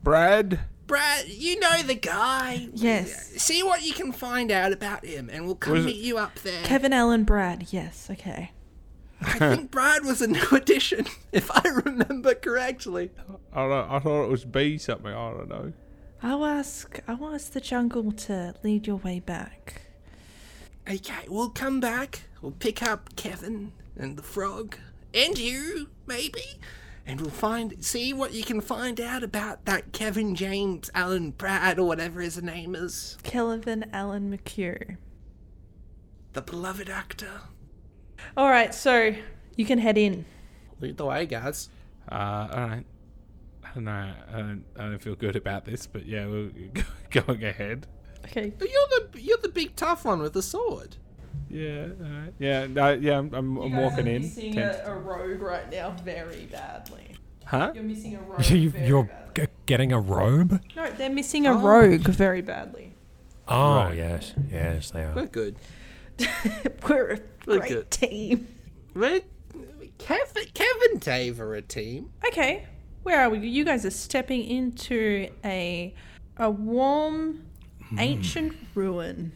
Speaker 4: Brad.
Speaker 2: Brad, you know the guy.
Speaker 1: Yes.
Speaker 2: See what you can find out about him, and we'll come
Speaker 4: Was it-
Speaker 2: meet you up there.
Speaker 1: Kevin Allen Brad, yes, okay.
Speaker 2: I think Brad was a new addition, if I remember correctly.
Speaker 4: I don't, I thought it was B something. I don't know.
Speaker 1: I'll ask I'll ask the jungle to lead your way back.
Speaker 2: Okay, we'll come back. We'll pick up Kevin and the frog and you, maybe, and we'll find see what you can find out about that Kevin James Allen Brad or whatever his name is,
Speaker 1: Kelvin Allen McHugh.
Speaker 2: the beloved actor.
Speaker 1: Alright, so you can head in.
Speaker 2: Lead the way, guys.
Speaker 4: Uh, all right. I don't know. I don't, I don't feel good about this, but yeah, we're going ahead.
Speaker 1: Okay.
Speaker 2: But you're the you're the big tough one with the sword.
Speaker 4: Yeah, all right. Yeah, no, yeah. I'm, I'm, I'm walking in. Tent.
Speaker 1: rogue right now very badly.
Speaker 4: Huh?
Speaker 1: You're missing a rogue.
Speaker 3: you, you're g- getting a robe.
Speaker 1: No, they're missing a rogue very badly.
Speaker 3: Oh
Speaker 4: Right.
Speaker 3: yes, yes they are.
Speaker 2: We're good.
Speaker 1: We're a
Speaker 2: Look
Speaker 1: great
Speaker 2: at-
Speaker 1: team.
Speaker 2: We're Kevin Kevin Dave are a team.
Speaker 1: Okay, where are we? You guys are stepping into a a warm, ancient ruin.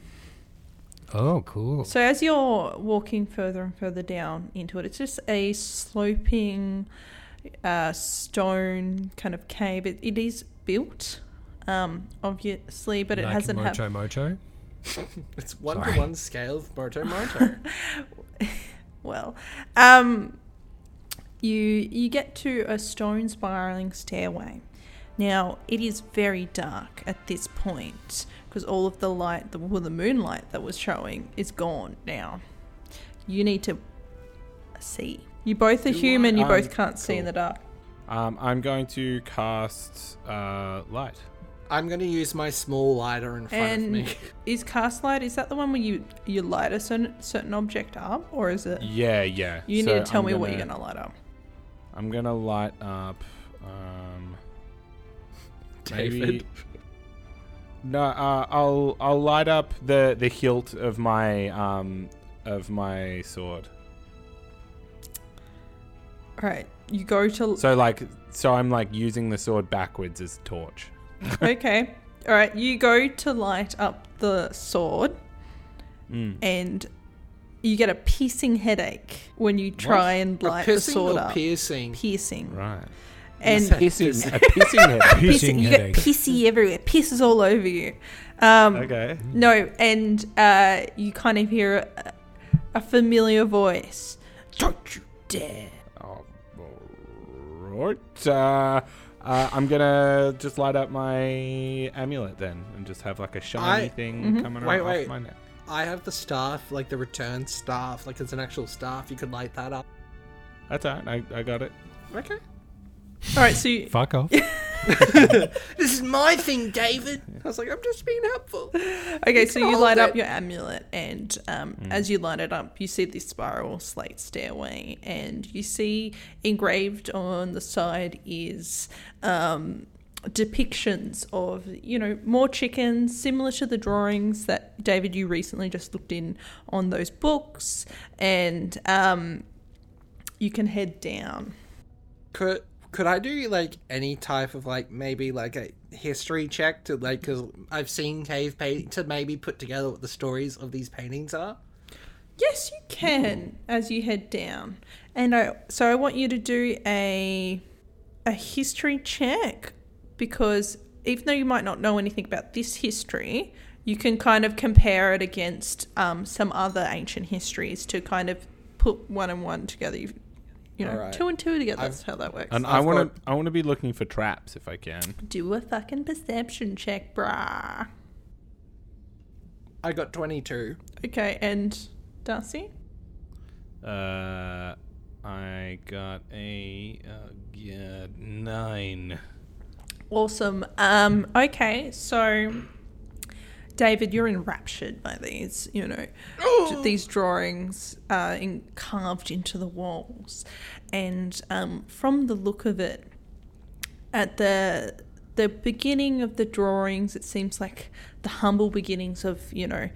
Speaker 3: Oh cool.
Speaker 1: So as you're walking further and further down into it, it's just a sloping uh, stone kind of cave. It, it is built, um, obviously, but it
Speaker 3: Like
Speaker 1: hasn't had.
Speaker 3: Mojo Mojo.
Speaker 2: It's one to one scale of Moto Moto.
Speaker 1: well. Um, you you get to a stone spiraling stairway. Now it is very dark at this point because all of the light, the, well, the moonlight that was showing is gone now. You need to see. You both are human. You
Speaker 4: Um,
Speaker 1: both can't see in
Speaker 4: cool.
Speaker 1: the dark.
Speaker 4: Um, I'm going to cast uh, light.
Speaker 2: I'm gonna use my small lighter in front of
Speaker 1: And
Speaker 2: me.
Speaker 1: is cast light? Is that the one where you you light a certain certain object up, or is it?
Speaker 4: Yeah, yeah.
Speaker 1: You
Speaker 4: So
Speaker 1: need to tell
Speaker 4: I'm
Speaker 1: me what you're
Speaker 4: gonna-
Speaker 1: gonna light up.
Speaker 4: I'm gonna light up. Um, maybe-
Speaker 2: David.
Speaker 4: No, uh, I'll I'll light up the the hilt of my um of my sword.
Speaker 1: All right, you go to
Speaker 4: So like, so I'm like using the sword backwards as a torch.
Speaker 1: okay. All right, you go to light up the sword, and you get a piercing headache when you try and
Speaker 2: A
Speaker 1: light the
Speaker 2: pissing
Speaker 1: sword
Speaker 2: or
Speaker 1: up.
Speaker 2: piercing?
Speaker 1: piercing,
Speaker 4: Right.
Speaker 1: and
Speaker 4: Pissing, a pissing head.
Speaker 1: piercing, you get pissy everywhere. Pisses all over you. Um,
Speaker 4: Okay.
Speaker 1: No, and uh, you kind of hear a, a familiar voice. Don't you dare!
Speaker 4: Oh, right. Uh, uh, I'm gonna just light up my amulet then, and just have like a shiny
Speaker 2: I-
Speaker 4: thing coming
Speaker 2: Wait,
Speaker 4: off
Speaker 2: wait.
Speaker 4: my neck.
Speaker 2: I have the staff, like the return staff, like it's an actual staff. You could light that up.
Speaker 4: That's alright. I, I got it.
Speaker 2: Okay.
Speaker 1: All right, so you,
Speaker 3: Fuck off.
Speaker 5: This is my thing, David. I was like, I'm just being helpful.
Speaker 1: Okay, so you
Speaker 5: hold
Speaker 1: light up
Speaker 5: it.
Speaker 1: your amulet, and um, as you light it up, you see this spiral slate stairway, and you see engraved on the side is um, depictions of, you know, more chickens, similar to the drawings that David, you recently just looked in on those books, and um, you can head down.
Speaker 2: could could I do like any type of like maybe like a history check to like because I've seen cave paint to maybe put together what the stories of these paintings are.
Speaker 1: Yes, you can as you head down. And I, so I want you to do a a history check because even though you might not know anything about this history, you can kind of compare it against um, some other ancient histories to kind of put one and one together. You, you know,
Speaker 2: Alright.
Speaker 1: two and two together. That's how that works.
Speaker 4: And I
Speaker 2: I've
Speaker 4: want to I want to be looking for traps if I can.
Speaker 1: do a fucking perception check, brah.
Speaker 2: I got twenty two.
Speaker 1: Okay, and Darcy,
Speaker 4: Uh, I got a uh, yeah, nine.
Speaker 1: Awesome. Um, okay, so David, you're enraptured by these, you know, d- these drawings uh, in, carved into the walls, and um, from the look of it, at the the beginning of the drawings, it seems like the humble beginnings of you know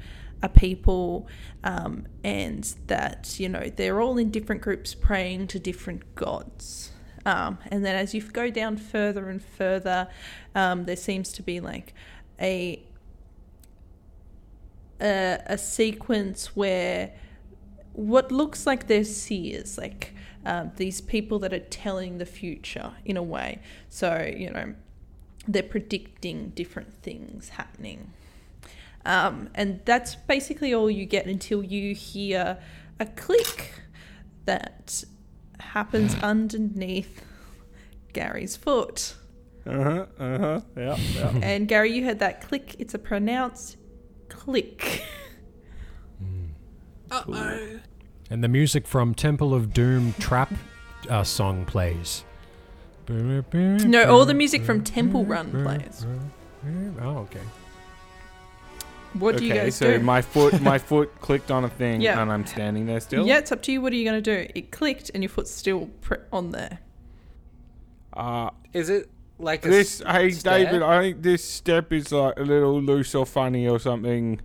Speaker 1: a people, um, and that you know they're all in different groups praying to different gods. Um, and then as you go down further and further, um, there seems to be like a a, a sequence where what looks like they're seers, like um, these people that are telling the future in a way. So, you know, they're predicting different things happening. Um, and that's basically all you get until you hear a click that happens underneath Gary's foot.
Speaker 4: Uh huh. Uh huh. Yeah. yeah.
Speaker 1: And Gary, you heard that click. It's a pronounced click.
Speaker 5: Uh-oh.
Speaker 3: And the music from Temple of Doom trap uh, song plays. No,
Speaker 1: No, all the music from Temple
Speaker 3: Mm.
Speaker 1: Run plays.
Speaker 3: Oh, okay.
Speaker 1: What do you
Speaker 4: okay.
Speaker 1: guys
Speaker 4: So
Speaker 1: do?
Speaker 4: my foot my foot clicked on a thing
Speaker 1: Yeah.
Speaker 4: and I'm standing there still.
Speaker 1: Yeah, it's up to you. What are you going to do? It clicked and your foot's still pr- on there.
Speaker 4: Uh,
Speaker 2: Is it like a
Speaker 4: this
Speaker 2: s-
Speaker 4: hey
Speaker 2: stair?
Speaker 4: David, I think this step is like a little loose or funny or something.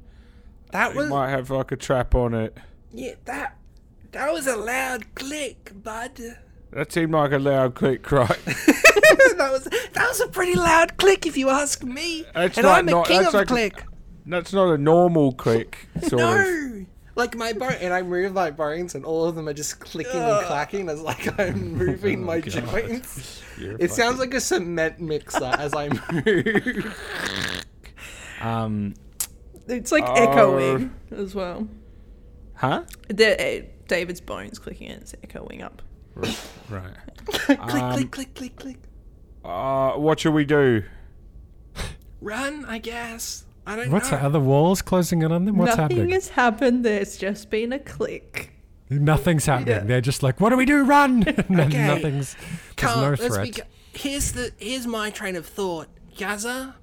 Speaker 2: that
Speaker 4: It
Speaker 2: was
Speaker 4: might have like a trap on it.
Speaker 5: Yeah, that that was a loud click, bud.
Speaker 4: That seemed like a loud click, right?
Speaker 5: that was that was a pretty loud click, if you ask me.
Speaker 4: That's
Speaker 5: and
Speaker 4: like
Speaker 5: I'm a
Speaker 4: not-
Speaker 5: king
Speaker 4: that's
Speaker 5: of
Speaker 4: like a-
Speaker 5: click.
Speaker 4: That's not a normal click, sort of.
Speaker 5: No.
Speaker 2: like my bone and I move my bones and all of them are just clicking and clacking as like
Speaker 4: Oh
Speaker 2: I'm moving my joints. It sounds like a cement mixer as I move.
Speaker 4: Um,
Speaker 1: It's like
Speaker 4: Oh.
Speaker 1: echoing as well.
Speaker 4: huh?
Speaker 1: The, uh, David's bones clicking and it's echoing up.
Speaker 4: Right.
Speaker 5: click, click, click, click, click.
Speaker 4: Uh, what shall we do?
Speaker 5: Run, I guess. I don't
Speaker 3: What's
Speaker 5: know.
Speaker 3: that? Are the walls closing in on them? What's
Speaker 1: Nothing
Speaker 3: happening?
Speaker 1: has happened. There's just been a click.
Speaker 3: Nothing's happening. They're just like, what do we do? Run! And then
Speaker 5: Okay.
Speaker 3: Nothing's. There's
Speaker 5: Carl,
Speaker 3: no
Speaker 5: let's
Speaker 3: threat.
Speaker 5: be ca- here's the here's my train of thought, Gaza.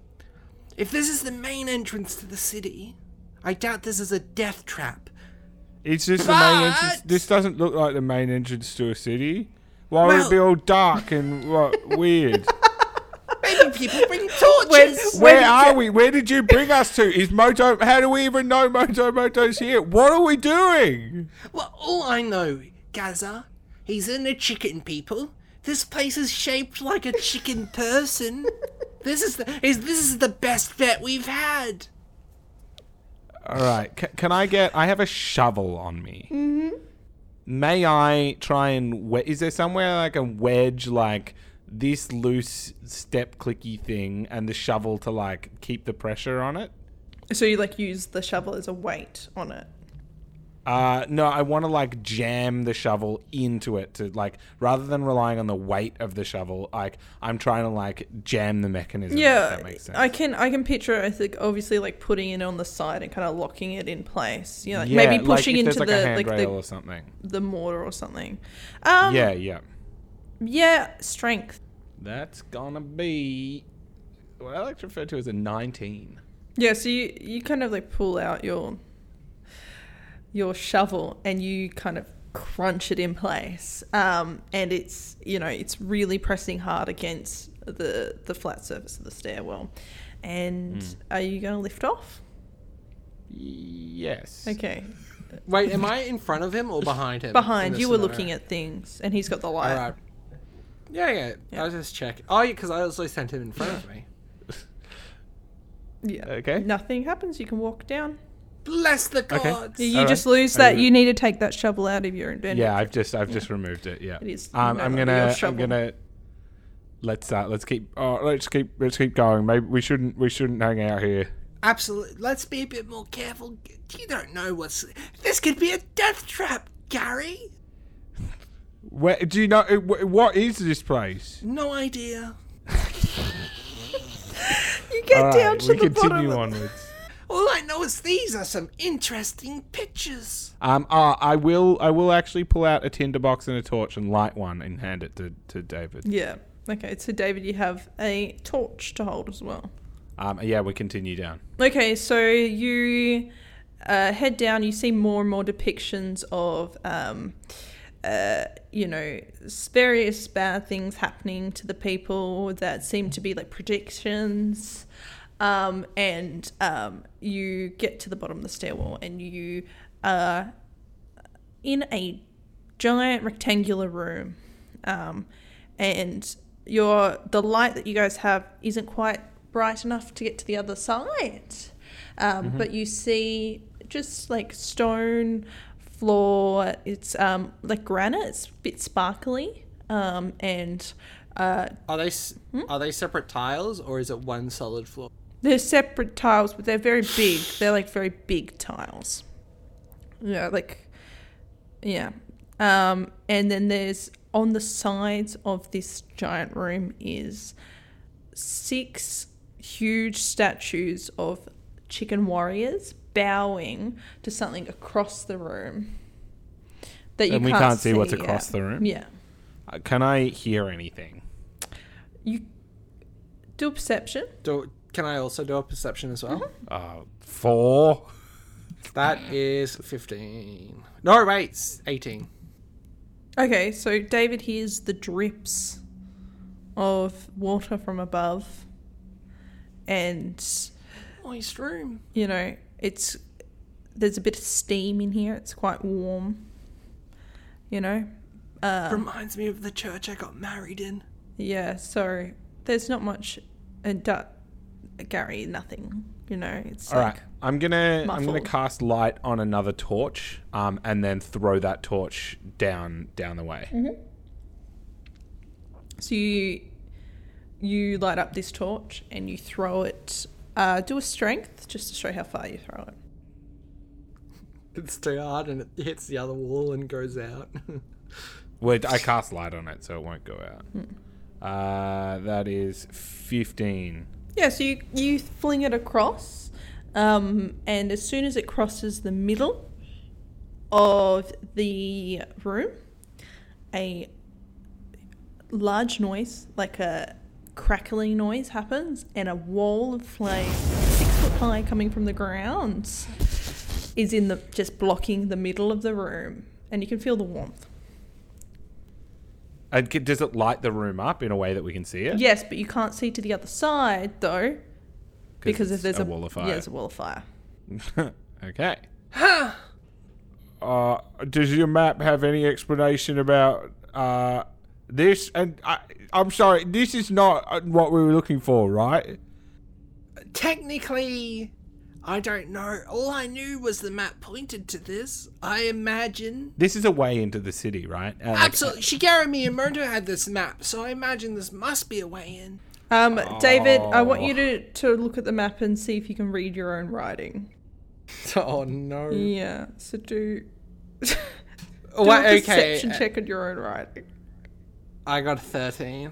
Speaker 5: If this is the main entrance to the city, I doubt this is a death trap.
Speaker 4: Is this the main
Speaker 5: But-
Speaker 4: entrance? This doesn't look like the main entrance to a city. Why would
Speaker 5: Well-
Speaker 4: it be all dark and what, weird?
Speaker 5: Maybe people bring torches.
Speaker 4: Where are we? Where did you bring us to? Is Moto? How do we even know Moto Moto's here? What are we doing?
Speaker 5: Well, all I know, Gaza, he's in a chicken people. This place is shaped like a chicken person. This is the is this is the best bet we've had.
Speaker 4: All right. C- can I get? I have a shovel on me. Mm-hmm. May I try and? We- is there somewhere I can wedge like this loose step clicky thing and the shovel to like keep the pressure on it?
Speaker 1: So you like use the shovel as a weight on it.
Speaker 4: Uh, no, I want to like jam the shovel into it to like rather than relying on the weight of the shovel. Like I'm trying to like jam the mechanism. if
Speaker 1: Yeah,
Speaker 4: that makes sense.
Speaker 1: I can I can picture it. I think obviously like putting it on the side and kind of locking it in place. You know, like
Speaker 4: Yeah,
Speaker 1: maybe
Speaker 4: like,
Speaker 1: pushing
Speaker 4: if there's,
Speaker 1: into
Speaker 4: like, a
Speaker 1: the like
Speaker 4: handrail or
Speaker 1: the,
Speaker 4: something.
Speaker 1: the mortar or something. Um,
Speaker 4: yeah, yeah.
Speaker 1: yeah, strength.
Speaker 4: That's gonna be what I like to refer to as a 19.
Speaker 1: Yeah, so you, you kind of like pull out your your shovel and you kind of crunch it in place. Um, and it's you know, it's really pressing hard against the the flat surface of the stairwell. And
Speaker 4: Hmm.
Speaker 1: are you gonna lift off?
Speaker 4: Yes.
Speaker 1: Okay.
Speaker 2: Wait, am I in front of him or behind him?
Speaker 1: Behind you were looking at things and he's got the light.
Speaker 2: All right. Yeah, yeah. I was just checking. Oh, yeah, because I also sent him in front of me.
Speaker 1: Yeah.
Speaker 4: Okay.
Speaker 1: Nothing happens, you can walk down.
Speaker 5: Bless the
Speaker 4: Okay.
Speaker 5: gods.
Speaker 1: Yeah, You
Speaker 4: All
Speaker 1: just
Speaker 4: right.
Speaker 1: lose that. You need to take that shovel out of your inventory.
Speaker 4: Yeah, I've just I've just removed it. Yeah.
Speaker 1: It is
Speaker 4: Um,
Speaker 1: no
Speaker 4: I'm
Speaker 1: longer your
Speaker 4: gonna I'm
Speaker 1: shovel.
Speaker 4: gonna let's uh, let's keep oh, let's keep let's keep going. Maybe we shouldn't we shouldn't hang out here.
Speaker 5: Absolutely. Let's be a bit more careful. You don't know what's. This could be a death trap, Gary.
Speaker 4: Where do you know uh, wh- what is this place?
Speaker 5: No idea.
Speaker 1: You get
Speaker 4: All
Speaker 1: down
Speaker 4: right,
Speaker 1: to
Speaker 4: we
Speaker 1: the bottom.
Speaker 4: continue
Speaker 1: of-
Speaker 4: onwards.
Speaker 5: All I know is these are some interesting pictures.
Speaker 4: Um, ah, I will. I will actually pull out a tinder box and a torch and light one and hand it to, to David.
Speaker 1: Yeah. Okay, so David, you have a torch to hold as well.
Speaker 4: Um, yeah, we continue down.
Speaker 1: Okay, so you uh, head down. You see more and more depictions of, um, uh, you know, various bad things happening to the people that seem to be like predictions. Um, and um, you get to the bottom of the stairwell, and you uh, are in a giant rectangular room, um, and your the light that you guys have isn't quite bright enough to get to the other side. Um, But you see just like stone floor. It's um, like granite. It's a bit sparkly, um, and uh,
Speaker 2: Are they s
Speaker 5: Hmm?
Speaker 2: are they separate tiles or is it one solid floor?
Speaker 1: they're separate tiles, but they're very big. They're like very big tiles. Yeah, like yeah. Um, and then there's on the sides of this giant room is six huge statues of chicken warriors bowing to something across the room. That you
Speaker 4: And we can't see what's
Speaker 1: yet.
Speaker 4: across the room?
Speaker 1: Yeah.
Speaker 4: Uh, can I hear anything?
Speaker 1: You do a perception.
Speaker 2: Do, can I also do a perception as well?
Speaker 5: Mm-hmm.
Speaker 4: Uh, four.
Speaker 2: That is 15. No, wait, it's 18.
Speaker 1: Okay, so David hears the drips of water from above, and
Speaker 5: Moist room.
Speaker 1: you know it's there's a bit of steam in here. It's quite warm, you know.
Speaker 5: Reminds me of the church I got married in.
Speaker 1: Yeah, so there's not much, and da- Gary, nothing. You know, it's
Speaker 4: All
Speaker 1: like
Speaker 4: right. I'm gonna I'm gonna
Speaker 1: muffled.
Speaker 4: cast light on another torch, um, and then throw that torch down down the way.
Speaker 1: Mm-hmm. so you you light up this torch and you throw it. Uh, do a strength just to show how far you throw it.
Speaker 2: It's too hard and it hits the other wall and goes out.
Speaker 4: Well, I cast light on it, so it won't go out.
Speaker 1: Hmm.
Speaker 4: Uh, that is fifteen.
Speaker 1: Yeah, so you, you fling it across, um, and as soon as it crosses the middle of the room, a large noise, like a crackling noise, happens, and a wall of flame, six foot high, coming from the ground, is in the just blocking the middle of the room, and you can feel the warmth.
Speaker 4: Uh, g- does it light the room up in a way that we can see it?
Speaker 1: Yes, but you can't see to the other side though, because if
Speaker 4: it's
Speaker 1: there's
Speaker 4: a
Speaker 1: a,
Speaker 4: wall of
Speaker 1: yeah,
Speaker 4: fire.
Speaker 1: there's a wall of fire.
Speaker 4: okay. uh, does your map have any explanation about uh, this? And I, I'm sorry, this is not uh, what we were looking for, right?
Speaker 5: Technically, I don't know. All I knew was the map pointed to this. I imagine.
Speaker 4: This is a way into the city, right? Uh, like-
Speaker 5: Absolutely. Shigeru Miyamoto had this map, so I imagine this must be a way in.
Speaker 1: Um, David, I want
Speaker 2: Oh.
Speaker 1: you to, to look at the map and see if you can read your own writing.
Speaker 2: oh, no.
Speaker 5: Mm.
Speaker 1: Yeah, so do, do
Speaker 2: Oh,
Speaker 1: a
Speaker 2: wait, okay.
Speaker 1: perception check on your own writing.
Speaker 2: I got 13.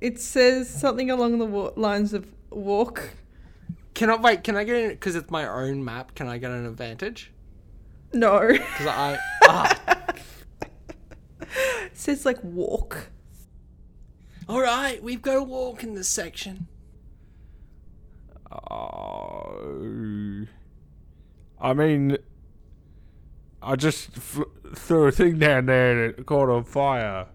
Speaker 1: It says something along the wa- lines of walk.
Speaker 2: Can I, wait, can I get in, because it's my own map, can I get an advantage?
Speaker 1: No, it
Speaker 2: Because I, ah,
Speaker 1: says like walk.
Speaker 5: All right, we've got to walk in this section.
Speaker 4: Oh. I mean, I just f- threw a thing down there and it caught on fire.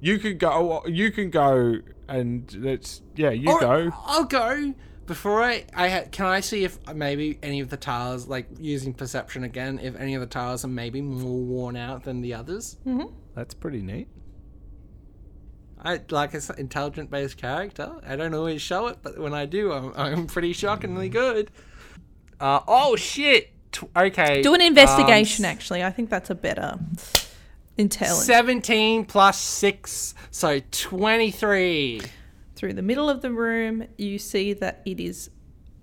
Speaker 4: You can go. oh, You can go, and let's. Yeah, you
Speaker 5: All right,
Speaker 4: go.
Speaker 2: I'll go. Before I, I ha- can I see if maybe any of the tiles, like using perception again, if any of the tiles are maybe more worn out than the others.
Speaker 1: Mm-hmm.
Speaker 4: That's pretty neat.
Speaker 2: I like an intelligent based character. I don't always show it, but when I do, I'm, I'm pretty
Speaker 4: Mm.
Speaker 2: shockingly good. Uh, oh shit! Tw- okay.
Speaker 1: Do an
Speaker 2: um,
Speaker 1: investigation, actually. I think that's a better intelligence.
Speaker 2: 17 plus 6, so 23.
Speaker 1: Through the middle of the room, you see that it is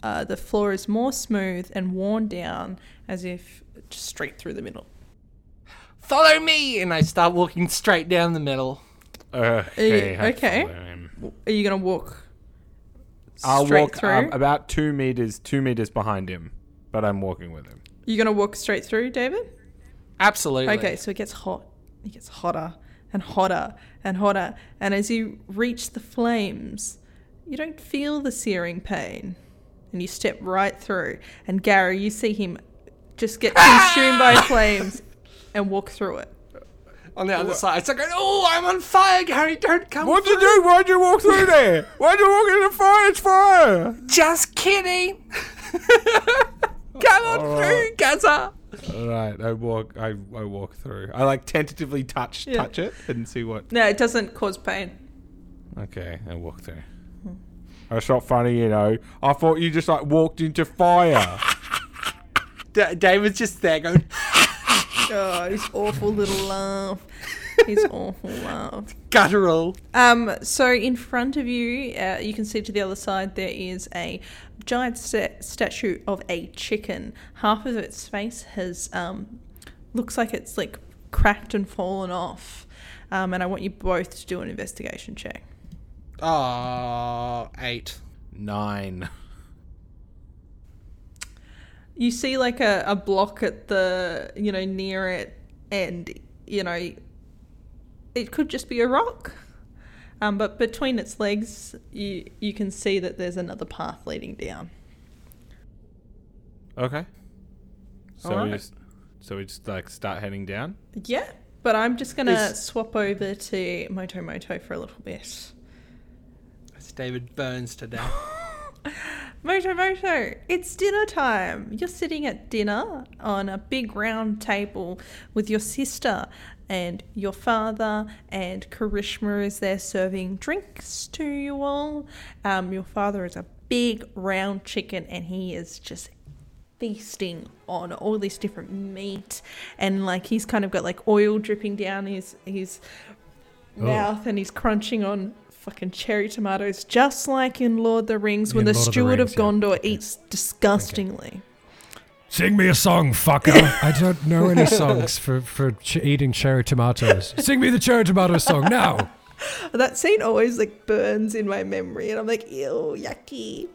Speaker 1: uh, the floor is more smooth and worn down, as if just straight through the middle.
Speaker 2: Follow me! And I start walking straight down the middle.
Speaker 4: Uh, Okay. I
Speaker 1: okay.
Speaker 4: follow him.
Speaker 1: Are you gonna walk?
Speaker 4: I'll
Speaker 1: straight
Speaker 4: walk
Speaker 1: through.
Speaker 4: um, about two meters, two meters behind him, but I'm walking with him.
Speaker 1: You're gonna walk straight through, David?
Speaker 2: Absolutely.
Speaker 1: Okay, so it gets hot. It gets hotter and hotter and hotter. And as you reach the flames, you don't feel the searing pain. And you step right through. And Gary, you see him just get consumed by flames and walk through it.
Speaker 2: On the other side, it's like, oh, I'm on fire, Gary, don't come
Speaker 4: What'd you
Speaker 2: through."
Speaker 4: do? Why'd you walk through there? Why'd you walk into fire? It's fire!
Speaker 2: Just kidding! come on through, Gaza!
Speaker 4: Right, I walk. I, I walk through. I like tentatively touch touch it and see what.
Speaker 1: No, it doesn't cause pain.
Speaker 4: Okay, I walk through. That's not funny, you know. I thought you just like walked into fire.
Speaker 2: D- David's just there going,
Speaker 1: Oh, his awful little laugh. His awful laugh.
Speaker 2: guttural.
Speaker 1: Um, so in front of you, uh, you can see to the other side there is a giant sta- statue of a chicken. Half of its face has um, looks like it's like cracked and fallen off. Um, and I want you both to do an investigation check.
Speaker 2: Oh, eight.
Speaker 4: Nine.
Speaker 1: You see like a, a block at the you know near it, and you know it could just be a rock. Um, but between its legs, you you can see that there's another path leading down.
Speaker 4: Okay. So
Speaker 2: Alright.
Speaker 4: we just so we just like start heading down.
Speaker 1: Yeah, but I'm just gonna
Speaker 2: Is-
Speaker 1: swap over to Moto Moto for a little bit.
Speaker 2: That's David Burns today.
Speaker 1: Moto Moto, it's dinner time. You're sitting at dinner on a big round table with your sister and your father, and Karishma is there serving drinks to you all. Um, your father is a big round chicken and he is just feasting on all this different meat and like he's kind of got like oil dripping down his his mouth and he's crunching on fucking cherry tomatoes just like in Lord of the Rings when
Speaker 3: In
Speaker 1: the
Speaker 3: Lord of the
Speaker 1: steward of,
Speaker 3: Rings, yeah.
Speaker 1: Gondor eats disgustingly.
Speaker 3: Sing me a song, fucker. I don't know any songs for, for ch- eating cherry tomatoes. Sing me the cherry tomato song now.
Speaker 1: That scene always like burns in my memory and I'm like ew yucky.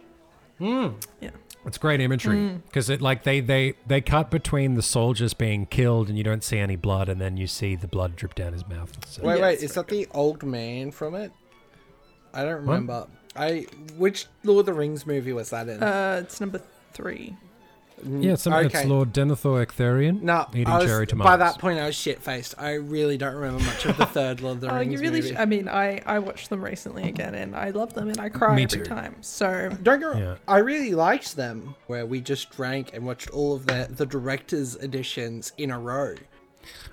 Speaker 1: Yeah.
Speaker 3: It's great imagery
Speaker 2: Mm.
Speaker 3: because it like they, they they cut between the soldiers being killed and you don't see any blood and then you see the blood drip down his mouth. So-
Speaker 2: Wait,
Speaker 1: Yeah,
Speaker 2: wait,
Speaker 1: it's
Speaker 2: is that the old man from it? I don't remember. I which Lord of the Rings movie was that in?
Speaker 1: Uh, it's number 3.
Speaker 3: yeah, some,
Speaker 2: okay.
Speaker 3: it's Lord Denethor Ectherian
Speaker 2: no,
Speaker 3: eating
Speaker 2: I was-
Speaker 3: cherry tomatoes.
Speaker 2: by that point I was shit faced. I really don't remember much of the third Lord of the
Speaker 1: Oh,
Speaker 2: Rings
Speaker 1: you really
Speaker 2: movie. Um,
Speaker 1: sh- I mean I I watched them recently again and I love them and I cry
Speaker 3: Me
Speaker 1: every
Speaker 3: too.
Speaker 1: time. So
Speaker 2: don't go,
Speaker 3: Yeah.
Speaker 2: I really liked them, where we just drank and watched all of the the director's editions in a row.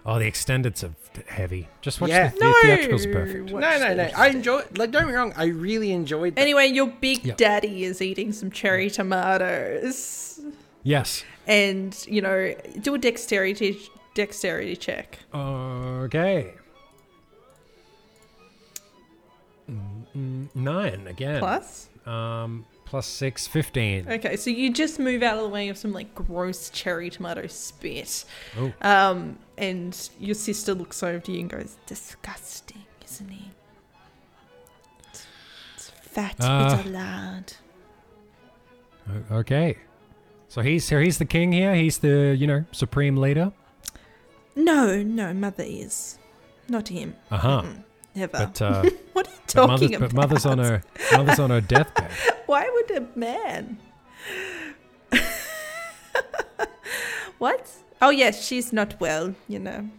Speaker 3: oh, the extendeds are heavy. Just watch
Speaker 2: Yeah.
Speaker 3: the, the theatrical's perfect.
Speaker 1: watch
Speaker 2: No, no,
Speaker 1: them.
Speaker 2: no. I enjoyed. Like, don't get me wrong. I really enjoyed. That.
Speaker 1: Anyway, your big
Speaker 3: Yep.
Speaker 1: daddy is eating some cherry tomatoes,
Speaker 3: Yes.
Speaker 1: and you know, do a dexterity dexterity check.
Speaker 3: Okay. Mm, mm, Nine again.
Speaker 1: Plus,
Speaker 3: Um, plus six, 15.
Speaker 1: okay, so you just move out of the way of some like gross cherry tomato spit,
Speaker 3: Oh.
Speaker 2: Uh,
Speaker 1: um, and your sister looks over to you and goes, "Disgusting, isn't he? It's, it's fat,
Speaker 3: Uh.
Speaker 1: it's a lard."
Speaker 3: O- Okay. So he's so he's the king here. He's the you know supreme leader.
Speaker 1: No, no, mother is, not him.
Speaker 3: Uh huh.
Speaker 1: Never.
Speaker 3: But, uh,
Speaker 1: what are you
Speaker 3: but,
Speaker 1: talking
Speaker 3: mother's,
Speaker 1: about?
Speaker 3: but mother's on her mother's on her deathbed.
Speaker 1: Why would a man? what? Oh yes, she's not well. You know.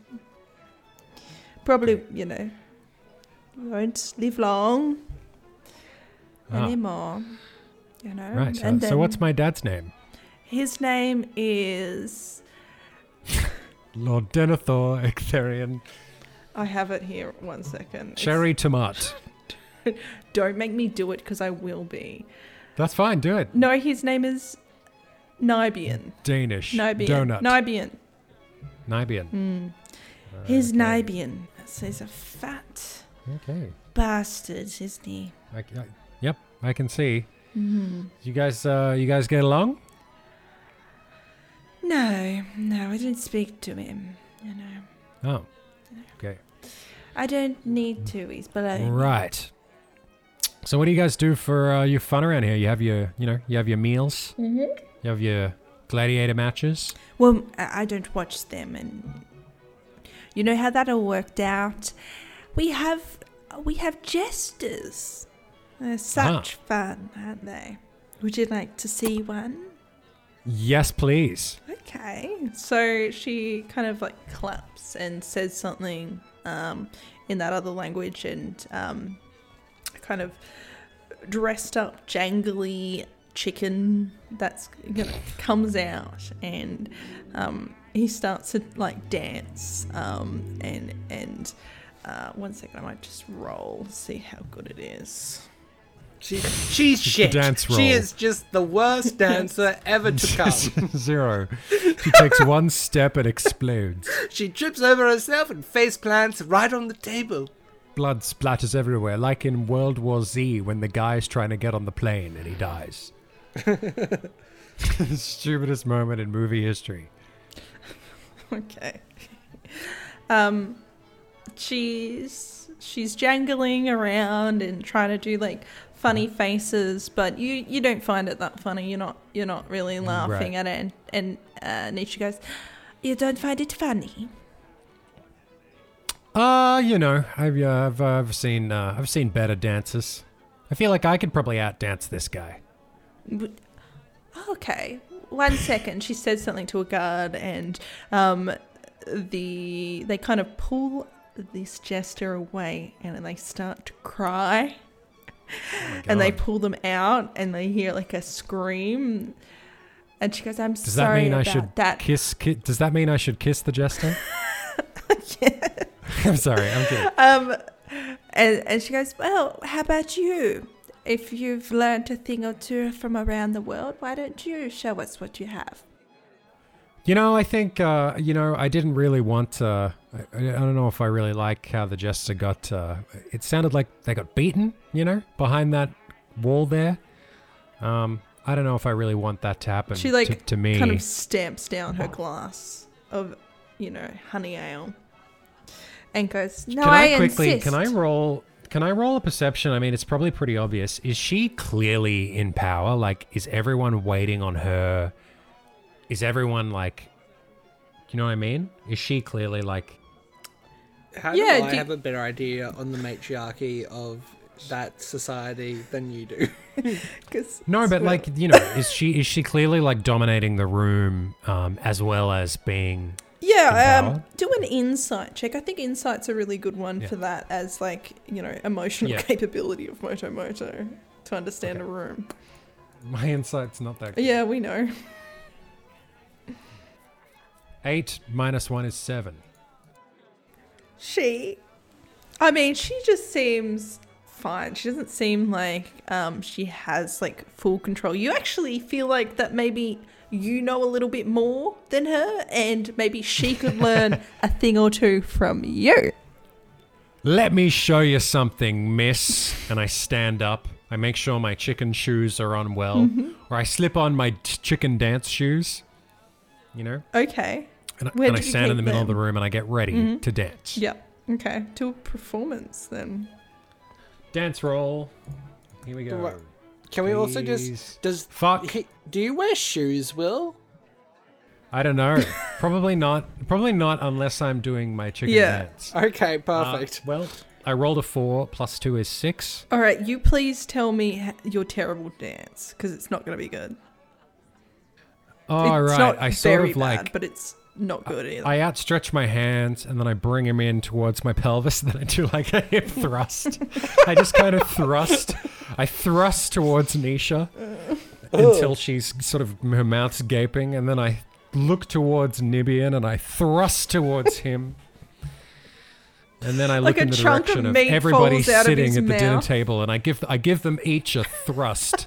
Speaker 1: Probably, you know, won't live long
Speaker 3: Ah.
Speaker 1: anymore. You know.
Speaker 3: Right. So, so what's my dad's name?
Speaker 1: his name is?
Speaker 3: Lord Denethor Ectherian
Speaker 1: I have it here. One second. It's-
Speaker 3: Cherry Tomat.
Speaker 1: Don't make me do it because I will be.
Speaker 3: That's fine. Do it.
Speaker 1: No, his name is Nibian.
Speaker 3: Danish
Speaker 1: Nibian.
Speaker 3: donut.
Speaker 1: Nibian.
Speaker 3: Nibian.
Speaker 1: He's Nibian. So he's a fat
Speaker 3: Okay.
Speaker 1: bastard, isn't he?
Speaker 3: I, I, yep. I can see.
Speaker 1: Mm-hmm.
Speaker 3: You guys. Uh, you guys get along?
Speaker 1: No, no, I didn't speak to him. You know,
Speaker 3: Oh. Okay.
Speaker 1: I don't need to. He's below.
Speaker 3: Right. So what do you guys do for uh, your fun around here? You have your, you know, you have your meals. Mm-hmm. You have your gladiator matches.
Speaker 1: Well, I I don't watch them, and you know how that all worked out. We have, we have jesters. They're such fun, aren't they? Would you like to see one?
Speaker 3: Yes, please.
Speaker 1: Okay. So she kind of like claps and says something um, in that other language and um, kind of dressed up jangly chicken that's gonna comes out and um, he starts to like dance um, and and uh, one second I might just roll see how good it is.
Speaker 5: She, she's shit.
Speaker 3: dance roll.
Speaker 5: She is just the worst dancer ever to come.
Speaker 3: Zero. She takes one step and explodes.
Speaker 5: she trips over herself and face plants right on the table.
Speaker 3: Blood splatters everywhere, like in World War Z when the guy's trying to get on the plane and he dies. Stupidest moment in movie history.
Speaker 1: Okay. Um, she's she's jangling around and trying to do like funny faces, but you you don't find it that funny. You're not you're not really laughing at
Speaker 3: Right.
Speaker 1: it. And, and uh, Nisha goes, "You don't find it funny."
Speaker 3: Uh, you know, I've uh, I've, uh, I've seen uh, I've seen better dances. I feel like I could probably outdance this guy.
Speaker 1: Okay. One second. She says something to a guard, and um, the they kind of pull this jester away, and they start to cry. and they
Speaker 3: Oh God.
Speaker 1: pull them out, and they hear like a scream. And she goes, "I'm
Speaker 3: Does that
Speaker 1: sorry
Speaker 3: mean I
Speaker 1: about
Speaker 3: should
Speaker 1: that."
Speaker 3: kiss? Ki- does that mean I should kiss the jester? I'm sorry. I'm kidding.
Speaker 1: Um, and, and she goes, "Well, how about you? If you've learned a thing or two from around the world, why don't you show us what you have?"
Speaker 3: You know, I think uh, you know. I didn't really want. Uh, I, I don't know if I really like how the jester got. Uh, it sounded like they got beaten. You know, behind that wall there. Um, I don't know if I really want that to happen.
Speaker 1: She like
Speaker 3: to, to me. Oh.
Speaker 1: kind of stamps down her glass of you know honey ale and goes, "No,
Speaker 3: can I, quickly?
Speaker 1: insist."
Speaker 3: Can I roll? Can I roll a perception? I mean, it's probably pretty obvious. Is she clearly in power? Like, is everyone waiting on her? Is everyone like, you know what I mean? Is she clearly like?
Speaker 5: How
Speaker 1: Yeah,
Speaker 5: do I
Speaker 1: do-
Speaker 5: have a better idea on the matriarchy of that society than you do?
Speaker 1: 'Cause
Speaker 3: No,
Speaker 1: it's
Speaker 3: but
Speaker 1: real.
Speaker 3: like you know, is she is she clearly like dominating the room um, as well as being?
Speaker 1: yeah, um,
Speaker 3: empower?
Speaker 1: do an insight check. I think insight's a really good one
Speaker 3: Yeah.
Speaker 1: for that, as like you know emotional
Speaker 3: Yeah.
Speaker 1: capability of Moto Moto to understand a room.
Speaker 3: My insight's not that.
Speaker 1: Yeah, we know.
Speaker 3: Eight minus one is seven.
Speaker 1: She, I mean, she just seems fine. She doesn't seem like um, she has like full control. You actually feel like that maybe you know a little bit more than her, and maybe she could learn a thing or two from you.
Speaker 3: Let me show you something, miss. And I stand up. I make sure my chicken shoes are on well,
Speaker 1: Mm-hmm.
Speaker 3: or I slip on my t- chicken dance shoes, you know?
Speaker 1: Okay.
Speaker 3: And, I-
Speaker 1: Where
Speaker 3: and I
Speaker 1: do you
Speaker 3: stand in the
Speaker 1: keep
Speaker 3: middle of the
Speaker 1: them? Mm-hmm.
Speaker 3: room and I get ready to dance.
Speaker 1: Yep. Okay. To a performance then.
Speaker 3: Dance roll. Here we go.
Speaker 5: Right. Can we also
Speaker 3: Please.
Speaker 5: just does
Speaker 3: Fuck.
Speaker 5: he- do you wear shoes, Will?
Speaker 3: I don't know. probably not. Probably not unless I'm doing my chicken
Speaker 1: Yeah.
Speaker 3: dance.
Speaker 5: Okay,
Speaker 3: Uh,
Speaker 5: perfect.
Speaker 3: well, I rolled a four plus two is six.
Speaker 1: All right, you please tell me h- your terrible dance because it's not going to be good.
Speaker 3: All right,
Speaker 1: it's not
Speaker 3: I sort
Speaker 1: very
Speaker 3: of like
Speaker 1: bad, but it's not good either.
Speaker 3: I outstretch my hands and then I bring him in towards my pelvis and then I do like a hip thrust. I just kind of thrust. I thrust towards Nisha
Speaker 1: Oh.
Speaker 3: until she's sort of her mouth's gaping and then I look towards Nibian and I thrust towards him. And then I look
Speaker 1: Like a
Speaker 3: in the
Speaker 1: chunk of
Speaker 3: direction of,
Speaker 1: meat
Speaker 3: everybody
Speaker 1: falls out of
Speaker 3: sitting
Speaker 1: his
Speaker 3: at the dinner
Speaker 1: mouth.
Speaker 3: table and I give I give them each a thrust.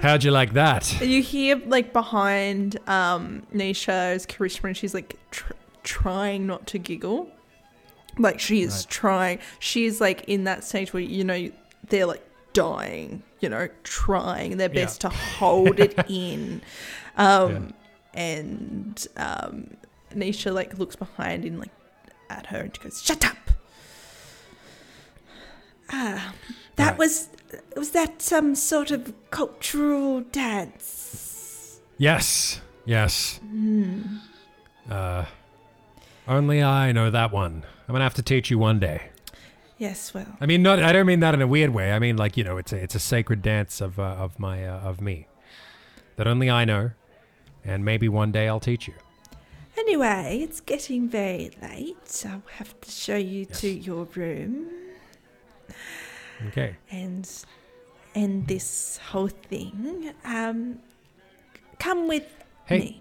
Speaker 3: How'd you like that?
Speaker 1: You hear like behind um, Nisha's Karishma, and she's like tr- trying not to giggle. Like she is trying. She is like in that stage where you know they're like dying. You know, trying their best to hold it in. Um, And um, Nisha like looks behind and like at her and she goes, "Shut up." Ah, that
Speaker 3: Right.
Speaker 1: was was that some sort of cultural dance?
Speaker 3: Yes. Yes.
Speaker 1: Hmm.
Speaker 3: Uh, only I know that one. I'm gonna have to teach you one day.
Speaker 1: Yes, well,
Speaker 3: I mean, not. I don't mean that in a weird way. I mean, like you know, it's a it's a sacred dance of uh, of my uh, of me that only I know, and maybe one day I'll teach you.
Speaker 1: anyway, it's getting very late. I'll have to show you to your room
Speaker 3: Okay.
Speaker 1: and end this whole thing. Um, come with
Speaker 3: Hey.
Speaker 1: me.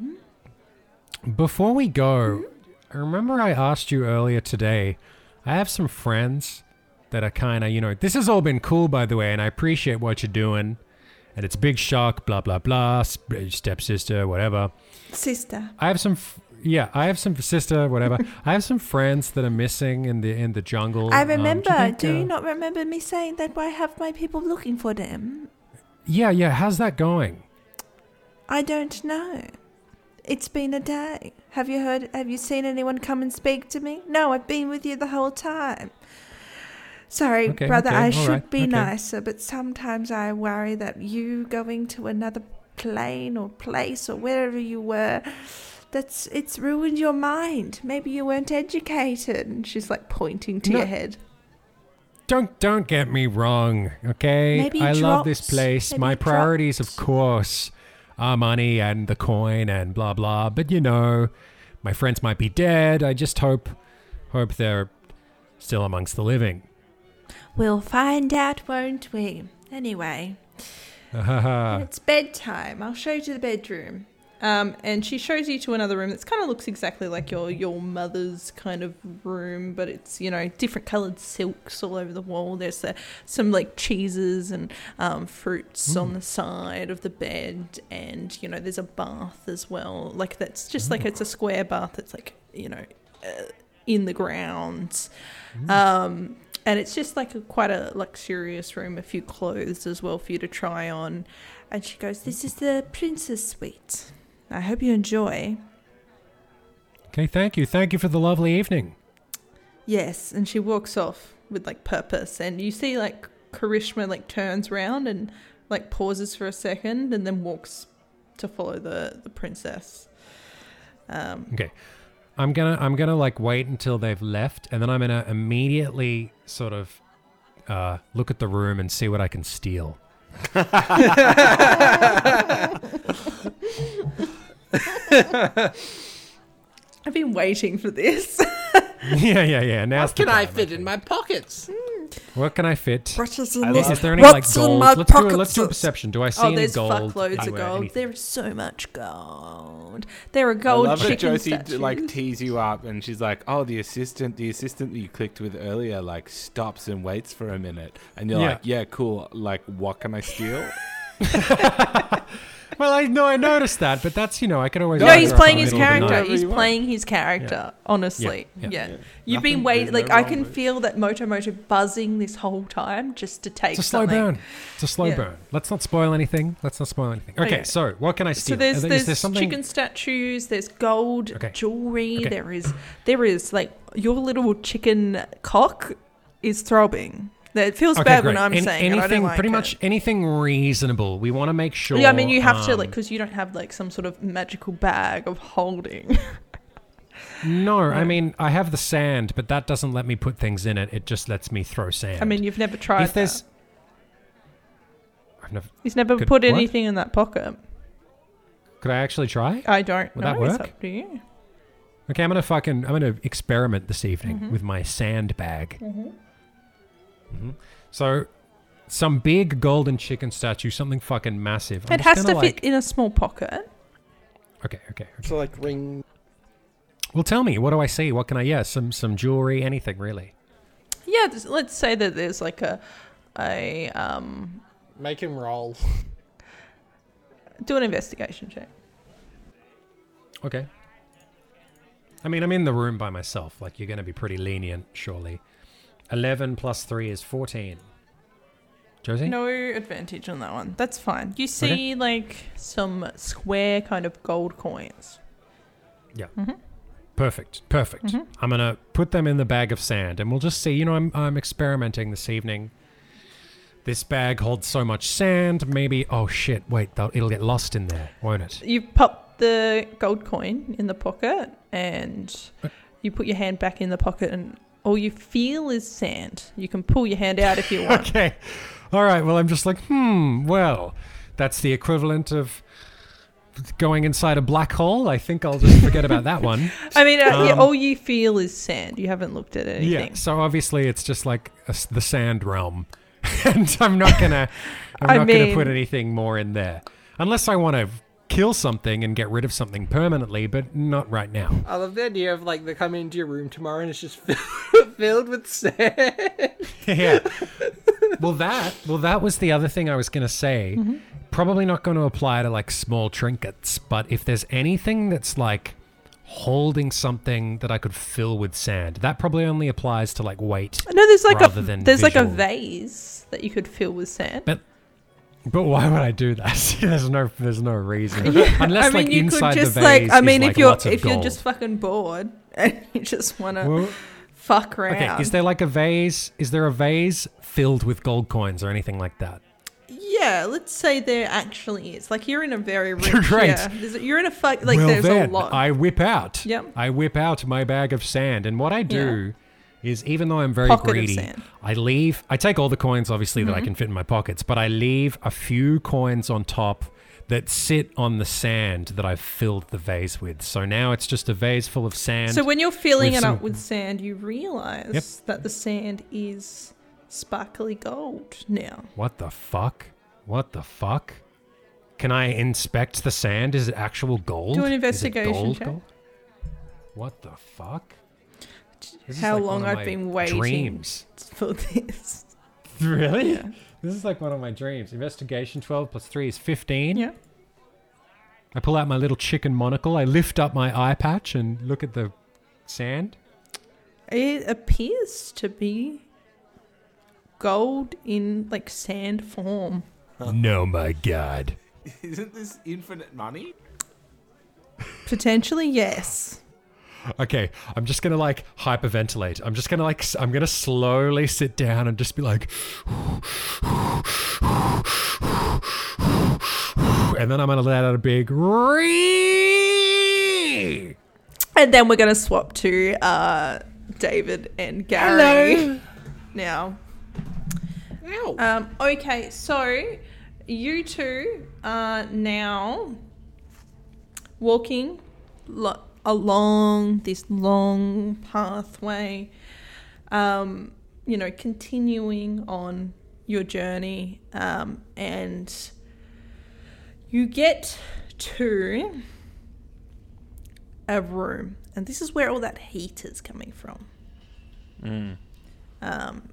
Speaker 1: Hmm?
Speaker 3: Before we go, I remember I asked you earlier today. I have some friends that are kind of, you know, this has all been cool, by the way, and I appreciate what you're doing. And it's big shock, blah, blah, blah, sp- stepsister, whatever.
Speaker 1: sister.
Speaker 3: I have some, f- yeah, I have some sister, whatever. I have some friends that are missing in the in the jungle.
Speaker 1: I
Speaker 3: Um, do you
Speaker 1: remember.
Speaker 3: think,
Speaker 1: do you
Speaker 3: uh,
Speaker 1: not remember me saying that? Why have my people looking for them?
Speaker 3: Yeah, yeah. How's that going?
Speaker 1: I don't know. It's been a day. Have you heard? Have you seen anyone come and speak to me? No, I've been with you the whole time. Sorry,
Speaker 3: Okay,
Speaker 1: brother,
Speaker 3: okay,
Speaker 1: I
Speaker 3: all
Speaker 1: should
Speaker 3: right,
Speaker 1: be
Speaker 3: okay.
Speaker 1: nicer, but sometimes I worry that you going to another plane or place or wherever you were, that's it's ruined your mind. Maybe you weren't educated. And she's like pointing to
Speaker 3: No,
Speaker 1: your head.
Speaker 3: Don't don't get me wrong, okay?
Speaker 1: Maybe
Speaker 3: I love
Speaker 1: drops.
Speaker 3: this place.
Speaker 1: Maybe
Speaker 3: My
Speaker 1: drops.
Speaker 3: priorities, of course, are money and the coin and blah blah. But you know, my friends might be dead. I just hope hope they're still amongst the living.
Speaker 1: We'll find out, won't we? Anyway,
Speaker 3: Uh.
Speaker 1: It's bedtime. I'll show you to the bedroom. Um, and she shows you to another room that's kind of looks exactly like your your mother's kind of room, but it's you know different coloured silks all over the wall. There's uh, some like cheeses and um, fruits on the side of the bed, and you know there's a bath as well. Like that's just like it's a square bath that's like you know uh, in the grounds. Um, and it's just like a, quite a luxurious room, a few clothes as well for you to try on. And she goes, This is the princess suite. I hope you enjoy.
Speaker 3: okay, thank you, thank you for the lovely evening.
Speaker 1: Yes. And she walks off with like purpose. And you see like Karishma like turns round and like pauses for a second and then walks to follow the, the princess. Um,
Speaker 3: Okay. I'm gonna I'm gonna like wait until they've left and then I'm gonna immediately sort of uh, look at the room and see what I can steal.
Speaker 1: I've been waiting for this.
Speaker 3: yeah, yeah, yeah. Now's
Speaker 5: What can
Speaker 3: the
Speaker 5: I
Speaker 3: time,
Speaker 5: fit in my pockets?
Speaker 3: What can I fit?
Speaker 4: I
Speaker 3: Is,
Speaker 4: love-
Speaker 3: is there any like
Speaker 1: What's in
Speaker 3: gold?
Speaker 1: my
Speaker 3: Let's do, a,
Speaker 1: pocket
Speaker 3: let's do a
Speaker 1: sis?
Speaker 3: perception. Do I see
Speaker 1: Oh,
Speaker 3: any
Speaker 1: there's
Speaker 3: gold?
Speaker 1: fuckloads of
Speaker 3: anywhere,
Speaker 1: gold.
Speaker 3: anything?
Speaker 1: There's so much gold. There are
Speaker 4: I
Speaker 1: gold
Speaker 4: love that
Speaker 1: chicken
Speaker 4: Josie d-
Speaker 1: statues.
Speaker 4: like tease you up, and she's like, "Oh, the assistant, the assistant that you clicked with earlier, like stops and waits for a minute," and you're
Speaker 3: Yeah.
Speaker 4: like, "Yeah, cool. Like, what can I steal?"
Speaker 3: Well, I know I noticed that, but that's you know I can always.
Speaker 1: no,
Speaker 4: Yeah,
Speaker 1: he's
Speaker 4: they're
Speaker 1: playing
Speaker 4: up in
Speaker 1: his
Speaker 4: the middle of the
Speaker 1: character.
Speaker 4: night.
Speaker 1: He's
Speaker 4: Whatever you
Speaker 1: playing his character. Honestly,
Speaker 3: Yeah,
Speaker 1: yeah.
Speaker 3: yeah.
Speaker 1: You've been
Speaker 4: Nothing-
Speaker 1: waiting.
Speaker 4: there's
Speaker 1: Like
Speaker 4: no
Speaker 1: I
Speaker 4: wrong
Speaker 1: can
Speaker 4: way.
Speaker 1: feel that Moto Moto buzzing this whole time just to take
Speaker 3: It's a slow
Speaker 1: something.
Speaker 3: burn. It's a slow
Speaker 1: Yeah.
Speaker 3: burn. Let's not spoil anything. Let's not spoil anything. Okay,
Speaker 1: Okay.
Speaker 3: so what can I
Speaker 1: So
Speaker 3: steal?
Speaker 1: there's
Speaker 3: Is there-
Speaker 1: there's
Speaker 3: is there something?
Speaker 1: chicken statues. There's gold
Speaker 3: Okay.
Speaker 1: jewelry.
Speaker 3: Okay.
Speaker 1: There is there is like your little chicken cock is throbbing. It feels
Speaker 3: Okay,
Speaker 1: bad
Speaker 3: great.
Speaker 1: when I'm
Speaker 3: An-
Speaker 1: saying it. I
Speaker 3: anything,
Speaker 1: don't like
Speaker 3: pretty
Speaker 1: it.
Speaker 3: much anything reasonable. We want to make sure.
Speaker 1: Yeah, I mean, you have to
Speaker 3: um,
Speaker 1: like because you don't have like some sort of magical bag of holding.
Speaker 3: No, I mean I have the sand, but that doesn't let me put things in it. It just lets me throw sand.
Speaker 1: I mean, you've never tried
Speaker 3: if there's,
Speaker 1: that.
Speaker 3: I've never.
Speaker 1: He's never
Speaker 3: could-
Speaker 1: put
Speaker 3: what?
Speaker 1: anything in that pocket.
Speaker 3: Could I actually try?
Speaker 1: I don't
Speaker 3: Would
Speaker 1: know.
Speaker 3: that
Speaker 1: It's
Speaker 3: work?
Speaker 1: up to you.
Speaker 3: Okay, I'm gonna fucking I'm gonna experiment this evening
Speaker 1: Mm-hmm.
Speaker 3: with my sandbag. Mhm. So, some big golden chicken statue, something fucking massive. I'm
Speaker 1: It
Speaker 3: just
Speaker 1: has to
Speaker 3: gonna,
Speaker 1: fit in a small pocket.
Speaker 3: like- Okay, okay, okay.
Speaker 2: So like ring.
Speaker 3: Well, tell me, what do I see? What can I? Yeah, some some jewelry, anything really.
Speaker 1: Yeah, just- let's say that there's like a, a um,
Speaker 2: Make him roll.
Speaker 1: do an investigation check.
Speaker 3: Okay. I mean, I'm in the room by myself. Like, you're gonna be pretty lenient, surely. Eleven plus three is fourteen. Josie.
Speaker 1: No advantage on that one. That's fine. You see like some square kind of gold coins.
Speaker 3: Yeah. Perfect. Perfect. I'm gonna put them in the bag of sand, and we'll just see. You know, I'm I'm experimenting this evening. This bag holds so much sand. Maybe. Oh shit! Wait, though, it'll get lost in there, won't it?
Speaker 1: You pop the gold coin in the pocket and you put your hand back in the pocket and all you feel is sand. You can pull your hand out if you want.
Speaker 3: Okay. All right. Well, I'm just like, hmm. Well, that's the equivalent of going inside a black hole. I think I'll just forget about that one.
Speaker 1: I mean, uh, yeah,
Speaker 3: Um,
Speaker 1: all you feel is sand. You haven't looked at anything.
Speaker 3: Yeah. So obviously, it's just like a s the sand realm, and I'm not gonna, I'm
Speaker 1: I
Speaker 3: not gonna put
Speaker 1: mean-
Speaker 3: anything more in there, unless I want to kill something and get rid of something permanently, but not right now.
Speaker 2: I love the idea of like they come into your room tomorrow and it's just filled with sand.
Speaker 3: yeah. Well, that well that was the other thing I was gonna say.
Speaker 1: Mm-hmm.
Speaker 3: Probably not going to apply to like small trinkets, but if there's anything that's like holding something that I could fill with sand, that probably only applies to like weight.
Speaker 1: No, there's like
Speaker 3: Rather
Speaker 1: a
Speaker 3: than
Speaker 1: there's like a
Speaker 3: visual.
Speaker 1: vase that you could fill with sand.
Speaker 3: But but why would I do that? there's no there's no reason. Unless
Speaker 1: I mean,
Speaker 3: like
Speaker 1: you
Speaker 3: inside
Speaker 1: could just
Speaker 3: the vase
Speaker 1: like I mean, if
Speaker 3: is, like,
Speaker 1: you're
Speaker 3: lots of
Speaker 1: if you're
Speaker 3: gold.
Speaker 1: just fucking bored and you just want to
Speaker 3: Well,
Speaker 1: fuck around.
Speaker 3: okay, is there like a vase? Is there a vase filled with gold coins or anything like that?
Speaker 1: Yeah, let's say there actually is. Like you're in a very rich.
Speaker 3: Great.
Speaker 1: Yeah, there's, you're in a fuck. Like
Speaker 3: well
Speaker 1: there's
Speaker 3: then,
Speaker 1: a lot.
Speaker 3: I whip out.
Speaker 1: Yep.
Speaker 3: I whip out my bag of sand, and what I do is, even though I'm very
Speaker 1: Pocket of
Speaker 3: greedy,
Speaker 1: sand. Mm-hmm.
Speaker 3: I leave. I take all the coins, obviously, that I can fit in my pockets, but I leave a few coins on top that sit on the sand that I've filled the vase with. So now it's just a vase full of sand.
Speaker 1: so when you're filling
Speaker 3: with
Speaker 1: it
Speaker 3: some-
Speaker 1: up with sand, you realize that the sand is sparkly gold now.
Speaker 3: What the fuck? What the fuck? Can I inspect the sand? Is it actual gold?
Speaker 1: Do an
Speaker 3: Is it
Speaker 1: investigation
Speaker 3: gold,
Speaker 1: check.
Speaker 3: gold? What the fuck? This is
Speaker 1: How
Speaker 3: like one
Speaker 1: long
Speaker 3: of
Speaker 1: I've
Speaker 3: my
Speaker 1: been waiting
Speaker 3: Dreams.
Speaker 1: for this?
Speaker 3: Really? This is like one of my dreams. Investigation 12 plus 3 is 15.
Speaker 1: Yeah.
Speaker 3: I pull out my little chicken monocle. I lift up my eye patch and look at the sand.
Speaker 1: It appears to be gold in like sand form.
Speaker 3: No, my God.
Speaker 4: Isn't this infinite money?
Speaker 1: Potentially, yes.
Speaker 3: Okay, I'm just gonna like hyperventilate. I'm just gonna like, s- I'm gonna slowly sit down and just be like, and then I'm gonna let out a big ree.
Speaker 1: And then we're gonna swap to uh, David and Gary now.
Speaker 2: Ow.
Speaker 1: Um, okay, so you two are now walking lo- along this long pathway, um, you know, continuing on your journey, um, and you get to a room, and this is where all that heat is coming from. Um,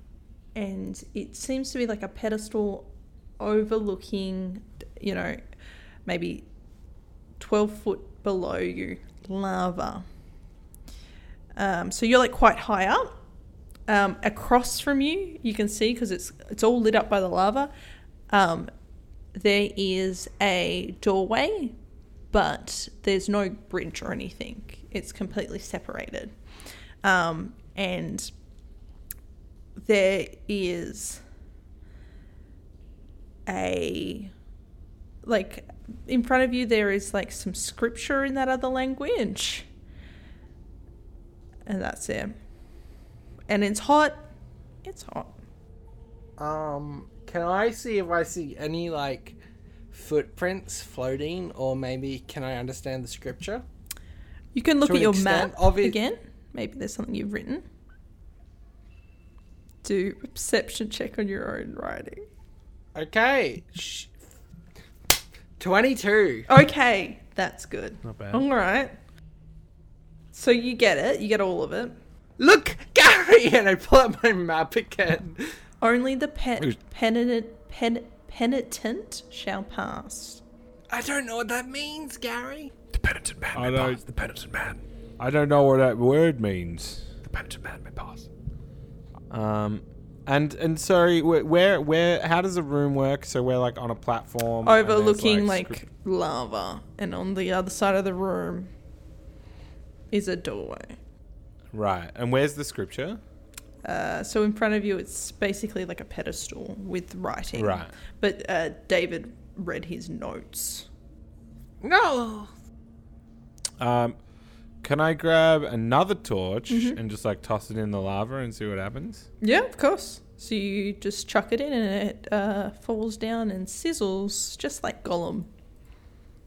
Speaker 1: and it seems to be like a pedestal overlooking, you know, maybe 12 foot below you, lava. Um, so you're like quite high up. Um, across from you, you can see because it's it's all lit up by the lava. Um, there is a doorway, but there's no bridge or anything. It's completely separated, um, and there is a like in front of you there is like some scripture in that other language and that's it. And it's hot. It's hot.
Speaker 2: Um, can I see if I see any like footprints floating, or maybe can I understand the scripture?
Speaker 1: You can look
Speaker 2: To
Speaker 1: at
Speaker 2: an
Speaker 1: your
Speaker 2: extent,
Speaker 1: map
Speaker 2: obvi-
Speaker 1: again. Maybe there's something you've written. Do a perception check on your own writing.
Speaker 2: Okay, Sh- twenty-two.
Speaker 1: Okay, that's good.
Speaker 4: Not bad.
Speaker 1: All right. So you get it. You get all of it.
Speaker 2: Look, Gary, and I pull out my map again.
Speaker 1: Only the pe-
Speaker 4: Who's-
Speaker 1: penitent, pen- penitent shall pass.
Speaker 5: I don't know what that means, Gary.
Speaker 3: The penitent man
Speaker 4: I
Speaker 3: may
Speaker 4: know.
Speaker 3: pass. The penitent man.
Speaker 4: I don't know what that word means.
Speaker 3: The penitent man may pass.
Speaker 4: Um, and and so where- where where how does the room work? So we're like on a platform and there's,
Speaker 1: Overlooking like,
Speaker 4: script-
Speaker 1: lava, and on the other side of the room is a doorway.
Speaker 4: right. And where's the scripture?
Speaker 1: Uh, so in front of you, it's basically like a pedestal with writing.
Speaker 4: Right.
Speaker 1: But uh, David read his notes.
Speaker 5: No.
Speaker 4: Um, can I grab another torch
Speaker 1: Mm-hmm.
Speaker 4: and just like toss it in the lava and see what happens?
Speaker 1: Yeah, of course. So you just chuck it in, and it uh, falls down and sizzles, just like Gollum.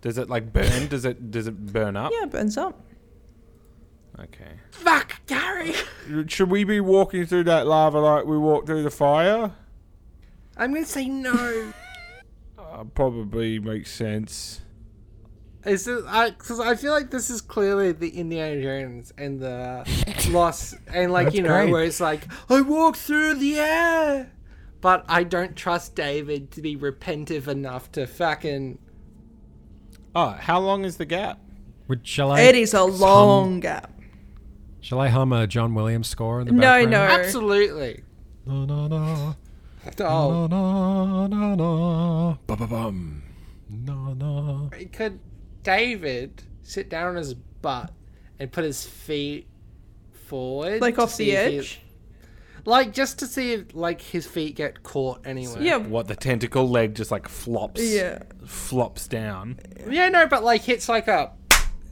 Speaker 4: Does it like burn? does it does it burn up?
Speaker 1: Yeah, it burns up.
Speaker 4: Okay.
Speaker 5: Fuck, Gary.
Speaker 4: Should we be walking through that lava like we walked through the fire?
Speaker 5: I'm gonna say no.
Speaker 4: Uh, probably makes sense.
Speaker 2: Is this because I feel like this is clearly the Indiana Jones and the loss and like you
Speaker 3: That's
Speaker 2: know
Speaker 3: great.
Speaker 2: where it's like I walk through the air, but I don't trust David to be repentive enough to fucking.
Speaker 4: Oh, how long is the gap?
Speaker 3: Would, shall I?
Speaker 1: it is a
Speaker 3: hum-
Speaker 1: long gap.
Speaker 3: Shall I hum a John Williams score in the
Speaker 1: No,
Speaker 3: background?
Speaker 1: no.
Speaker 2: Absolutely.
Speaker 3: No, no, no.
Speaker 2: Oh,
Speaker 3: No, no, no, no. Ba ba bum. No, no.
Speaker 2: could David sit down on his butt and put his feet forward,
Speaker 1: Like
Speaker 2: to
Speaker 1: off the
Speaker 2: see if he-
Speaker 1: edge?
Speaker 2: like just to see if like his feet get caught anyway.
Speaker 1: Yeah.
Speaker 4: What the tentacle leg just like flops,
Speaker 1: Yeah.
Speaker 4: flops down.
Speaker 2: yeah, no, but like hits like a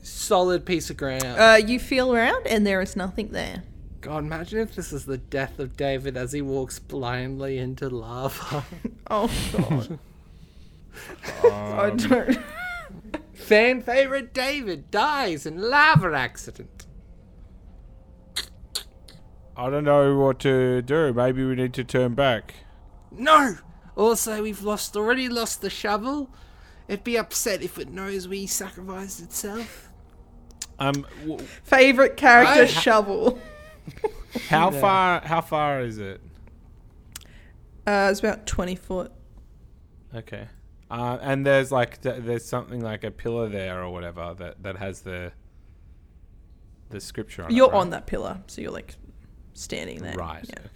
Speaker 2: solid piece of ground.
Speaker 1: Uh, you feel around, and there is nothing there.
Speaker 2: God, imagine if this is the death of David as he walks blindly into lava.
Speaker 1: Oh god. I
Speaker 4: Um,
Speaker 1: don't.
Speaker 2: Fan favorite David dies in lava accident.
Speaker 4: I don't know what to do. Maybe we need to turn back.
Speaker 5: no. Also, we've lost already lost the shovel. It'd be upset if it knows we sacrificed itself.
Speaker 4: Um, w-
Speaker 1: Favorite character
Speaker 2: I-
Speaker 1: shovel.
Speaker 4: how far? How far is it?
Speaker 1: Uh, it's about twenty foot.
Speaker 4: Okay. Uh, and there's like th- there's something like a pillar there or whatever that that has the the scripture on it.
Speaker 1: You're
Speaker 4: right?
Speaker 1: on that pillar, so you're like standing there.
Speaker 4: Right.
Speaker 1: Yeah.
Speaker 4: Okay.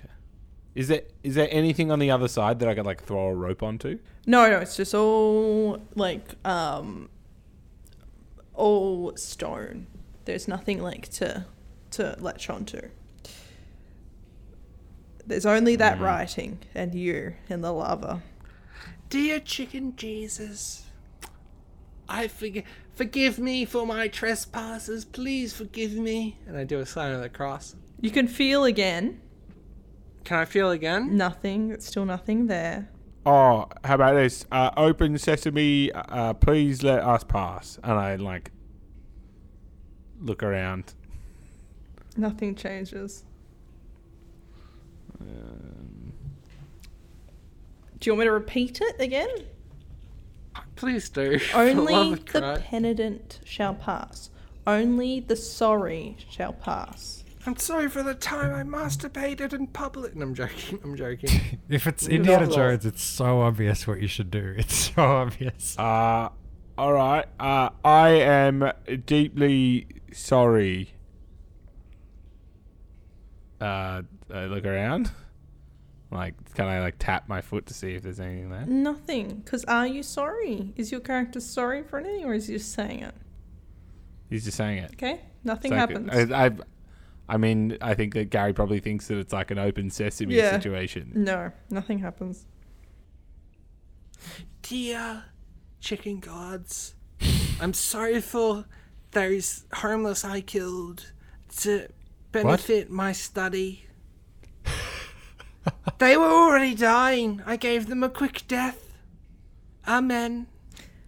Speaker 4: Is there is there anything on the other side that I could like throw a rope onto?
Speaker 1: No, no, it's just all like um, all stone. There's nothing like to to latch onto. There's only
Speaker 4: Mm-hmm.
Speaker 1: that writing and you and the lava.
Speaker 5: Dear chicken Jesus, I forgive forgive me for my trespasses. Please forgive me.
Speaker 2: And I do a sign of the cross.
Speaker 1: You can feel again.
Speaker 2: Can I feel again?
Speaker 1: Nothing. It's still nothing there.
Speaker 4: Oh, how about this? Uh, open sesame, uh, please let us pass. And I like look around.
Speaker 1: Nothing changes.
Speaker 4: Um.
Speaker 1: Do you want me to repeat it again?
Speaker 2: Please do. For the love
Speaker 1: Only
Speaker 2: of
Speaker 1: the
Speaker 2: Christ.
Speaker 1: penitent shall pass. Only the sorry shall pass.
Speaker 5: I'm sorry for the time I
Speaker 2: masturbated in public. No, I'm joking. I'm joking.
Speaker 3: If it's Indiana
Speaker 2: lost.
Speaker 3: Jones, it's so obvious what you should do. It's so obvious.
Speaker 4: Uh, all right. Uh, I am deeply sorry. Uh, I look around. Like, can I like tap my foot to see if there's anything there?
Speaker 1: Nothing. Because are you sorry? Is your character sorry for anything or is he just saying it?
Speaker 4: He's just saying it.
Speaker 1: Okay? Nothing
Speaker 4: It's like-
Speaker 1: happens.
Speaker 4: I, I, I mean, I think that Gary probably thinks that it's like an open sesame
Speaker 1: Yeah.
Speaker 4: situation.
Speaker 1: no, nothing happens.
Speaker 5: Dear chicken gods, I'm sorry for those homeless I killed. To benefit my study. they were already dying. I gave them a quick death. Amen.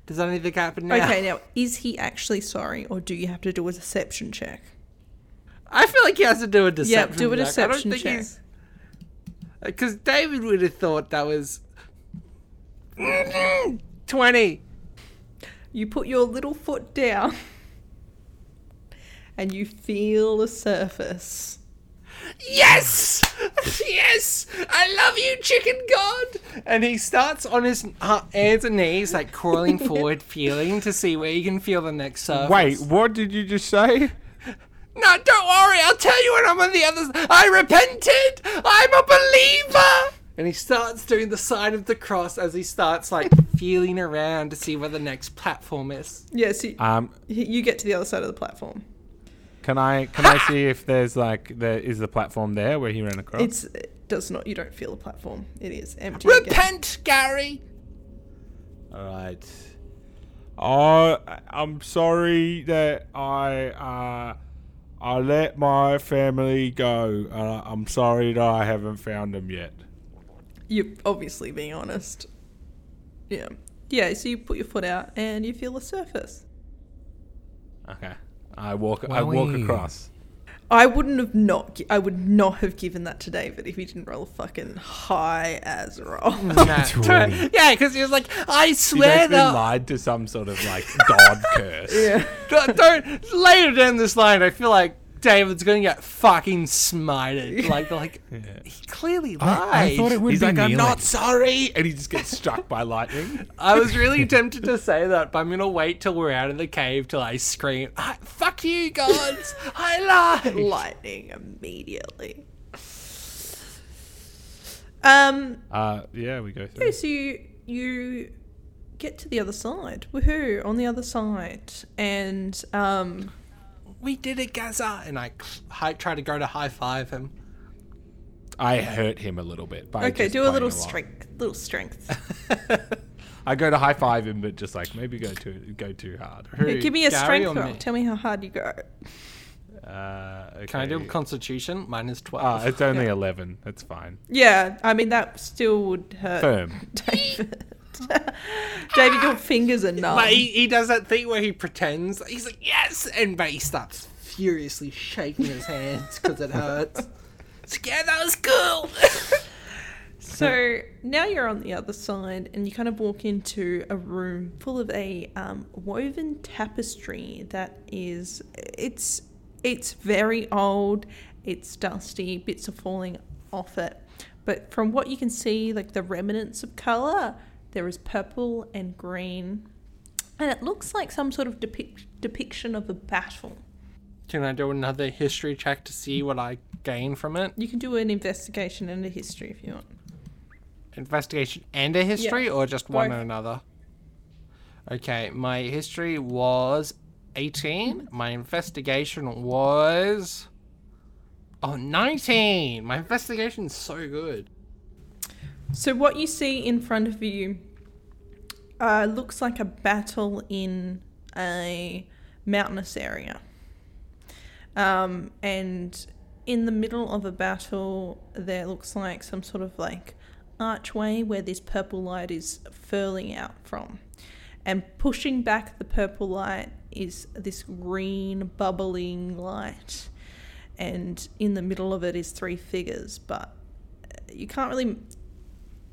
Speaker 2: Does anything happen now?
Speaker 1: Okay, now is he actually sorry, or do you have to do a deception check?
Speaker 2: I feel like he has to do a
Speaker 1: Yeah,
Speaker 2: deception.
Speaker 1: do a
Speaker 2: check. I don't
Speaker 1: deception
Speaker 2: think
Speaker 1: check.
Speaker 2: he's- Because David would have thought that was 20.
Speaker 1: You put your little foot down, and you feel the surface.
Speaker 2: Yes! Yes! I love you, chicken god! And he starts on his uh, hands and knees, like crawling forward, feeling to see where he can feel the next surface.
Speaker 4: Wait, what did you just say?
Speaker 2: No, don't worry. I'll tell you when I'm on the other side. I repented. I'm a believer. And he starts doing the sign of the cross as he starts like feeling around to see where the next platform is.
Speaker 1: Yes, you,
Speaker 4: Um,
Speaker 1: you get to the other side of the platform.
Speaker 4: can I can I see if there's like there is the platform there where he ran across?
Speaker 1: It's it does not. You don't feel the platform. It is empty. again.
Speaker 2: Repent, Gary.
Speaker 4: All right. Oh, I- I'm sorry that I uh, I let my family go. Uh, I'm sorry that I haven't found them yet.
Speaker 1: You're obviously being honest. Yeah. Yeah. So you put your foot out, and you feel the surface.
Speaker 4: Okay. I walk. I walk
Speaker 3: Wowie.
Speaker 4: across.
Speaker 1: I wouldn't have not. gi- I would not have given that to David if he didn't roll a fucking high as roll.
Speaker 4: Mm.
Speaker 3: Twenty.
Speaker 2: Yeah, because he was like, I
Speaker 4: He's actually
Speaker 2: swear that.
Speaker 4: lied to some sort of like god curse.
Speaker 1: yeah.
Speaker 2: Don't, don't later down this line. I feel like David's gonna get fucking smited. Like, like he clearly lied.
Speaker 3: I, I thought it would
Speaker 4: He's
Speaker 3: be
Speaker 4: like, I'm
Speaker 3: kneeling.
Speaker 4: not sorry, and he just gets struck by lightning.
Speaker 2: I was really tempted to say that, but I'm gonna wait till we're out of the cave till I scream, "Ah, "Fuck you, gods! I lied!"
Speaker 1: Lightning immediately. Um.
Speaker 4: Uh, yeah, we go
Speaker 1: Okay,
Speaker 4: through.
Speaker 1: so you, you get to the other side. Woohoo! On the other side, and um,
Speaker 2: We did it, Gaza! And I, I try to go to high five him.
Speaker 4: I hurt him a little bit. By
Speaker 1: okay,
Speaker 4: just
Speaker 1: do a
Speaker 4: playing
Speaker 1: little
Speaker 4: along.
Speaker 1: strength, little strength.
Speaker 4: I go to high five him, but just like maybe go too go too hard.
Speaker 1: Okay, give me a
Speaker 2: Gary
Speaker 1: strength
Speaker 2: or
Speaker 1: roll.
Speaker 2: me?
Speaker 1: Tell me how hard you go.
Speaker 4: Uh, okay.
Speaker 2: Can I do Constitution minus
Speaker 4: Ah,
Speaker 2: twelve?
Speaker 4: it's only eleven. That's fine.
Speaker 1: Yeah, I mean that still would hurt.
Speaker 4: Firm.
Speaker 1: David. David, your fingers are numb.
Speaker 2: but he, he does that thing where he pretends he's like yes, and but he starts furiously shaking his hands because it hurts. It's like, yeah, that was cool.
Speaker 1: So now you're on the other side, and you kind of walk into a room full of a um, woven tapestry that is it's it's very old, it's dusty, bits are falling off it, but from what you can see, like the remnants of color, there is purple and green, and it looks like some sort of depic- depiction of a battle.
Speaker 2: Can I do another history check to see what I gain from it?
Speaker 1: You can do an investigation and a history if you want.
Speaker 2: investigation and a history or just one
Speaker 1: both.
Speaker 2: or another okay my history was 18 my investigation was oh 19 my investigation's so good
Speaker 1: So what you see in front of you uh, looks like a battle in a mountainous area, um, and in the middle of a battle, there looks like some sort of like archway where this purple light is furling out from, and pushing back the purple light is this green bubbling light, and in the middle of it is three figures, but uh, you can't really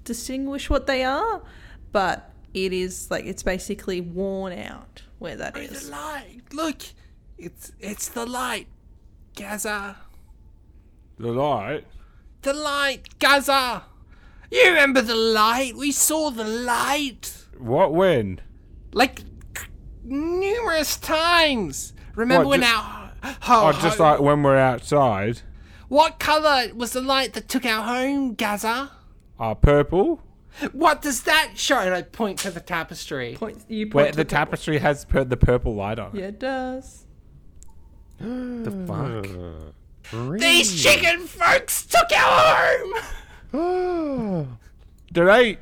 Speaker 1: distinguish what they are, but it is like it's basically worn out where that
Speaker 2: the
Speaker 1: is.
Speaker 2: light look it's it's the light gaza
Speaker 4: The light.
Speaker 2: the light gaza you remember the light we saw the light
Speaker 4: What when?
Speaker 2: like c- numerous times remember
Speaker 4: What,
Speaker 2: when
Speaker 4: ju-
Speaker 2: our ho,
Speaker 4: Oh, just like when we're outside.
Speaker 2: What colour was the light that took our home, Gaza?
Speaker 4: Uh, purple.
Speaker 2: What does that show? And I point to the tapestry.
Speaker 1: Point, you point
Speaker 4: Where
Speaker 1: to
Speaker 4: the
Speaker 1: purple.
Speaker 4: tapestry has pur- the purple light on it.
Speaker 1: Yeah, it does.
Speaker 4: The
Speaker 3: Hmm.
Speaker 4: fuck. Hmm.
Speaker 2: These chicken folks took our home!
Speaker 3: Oh,
Speaker 4: Do they?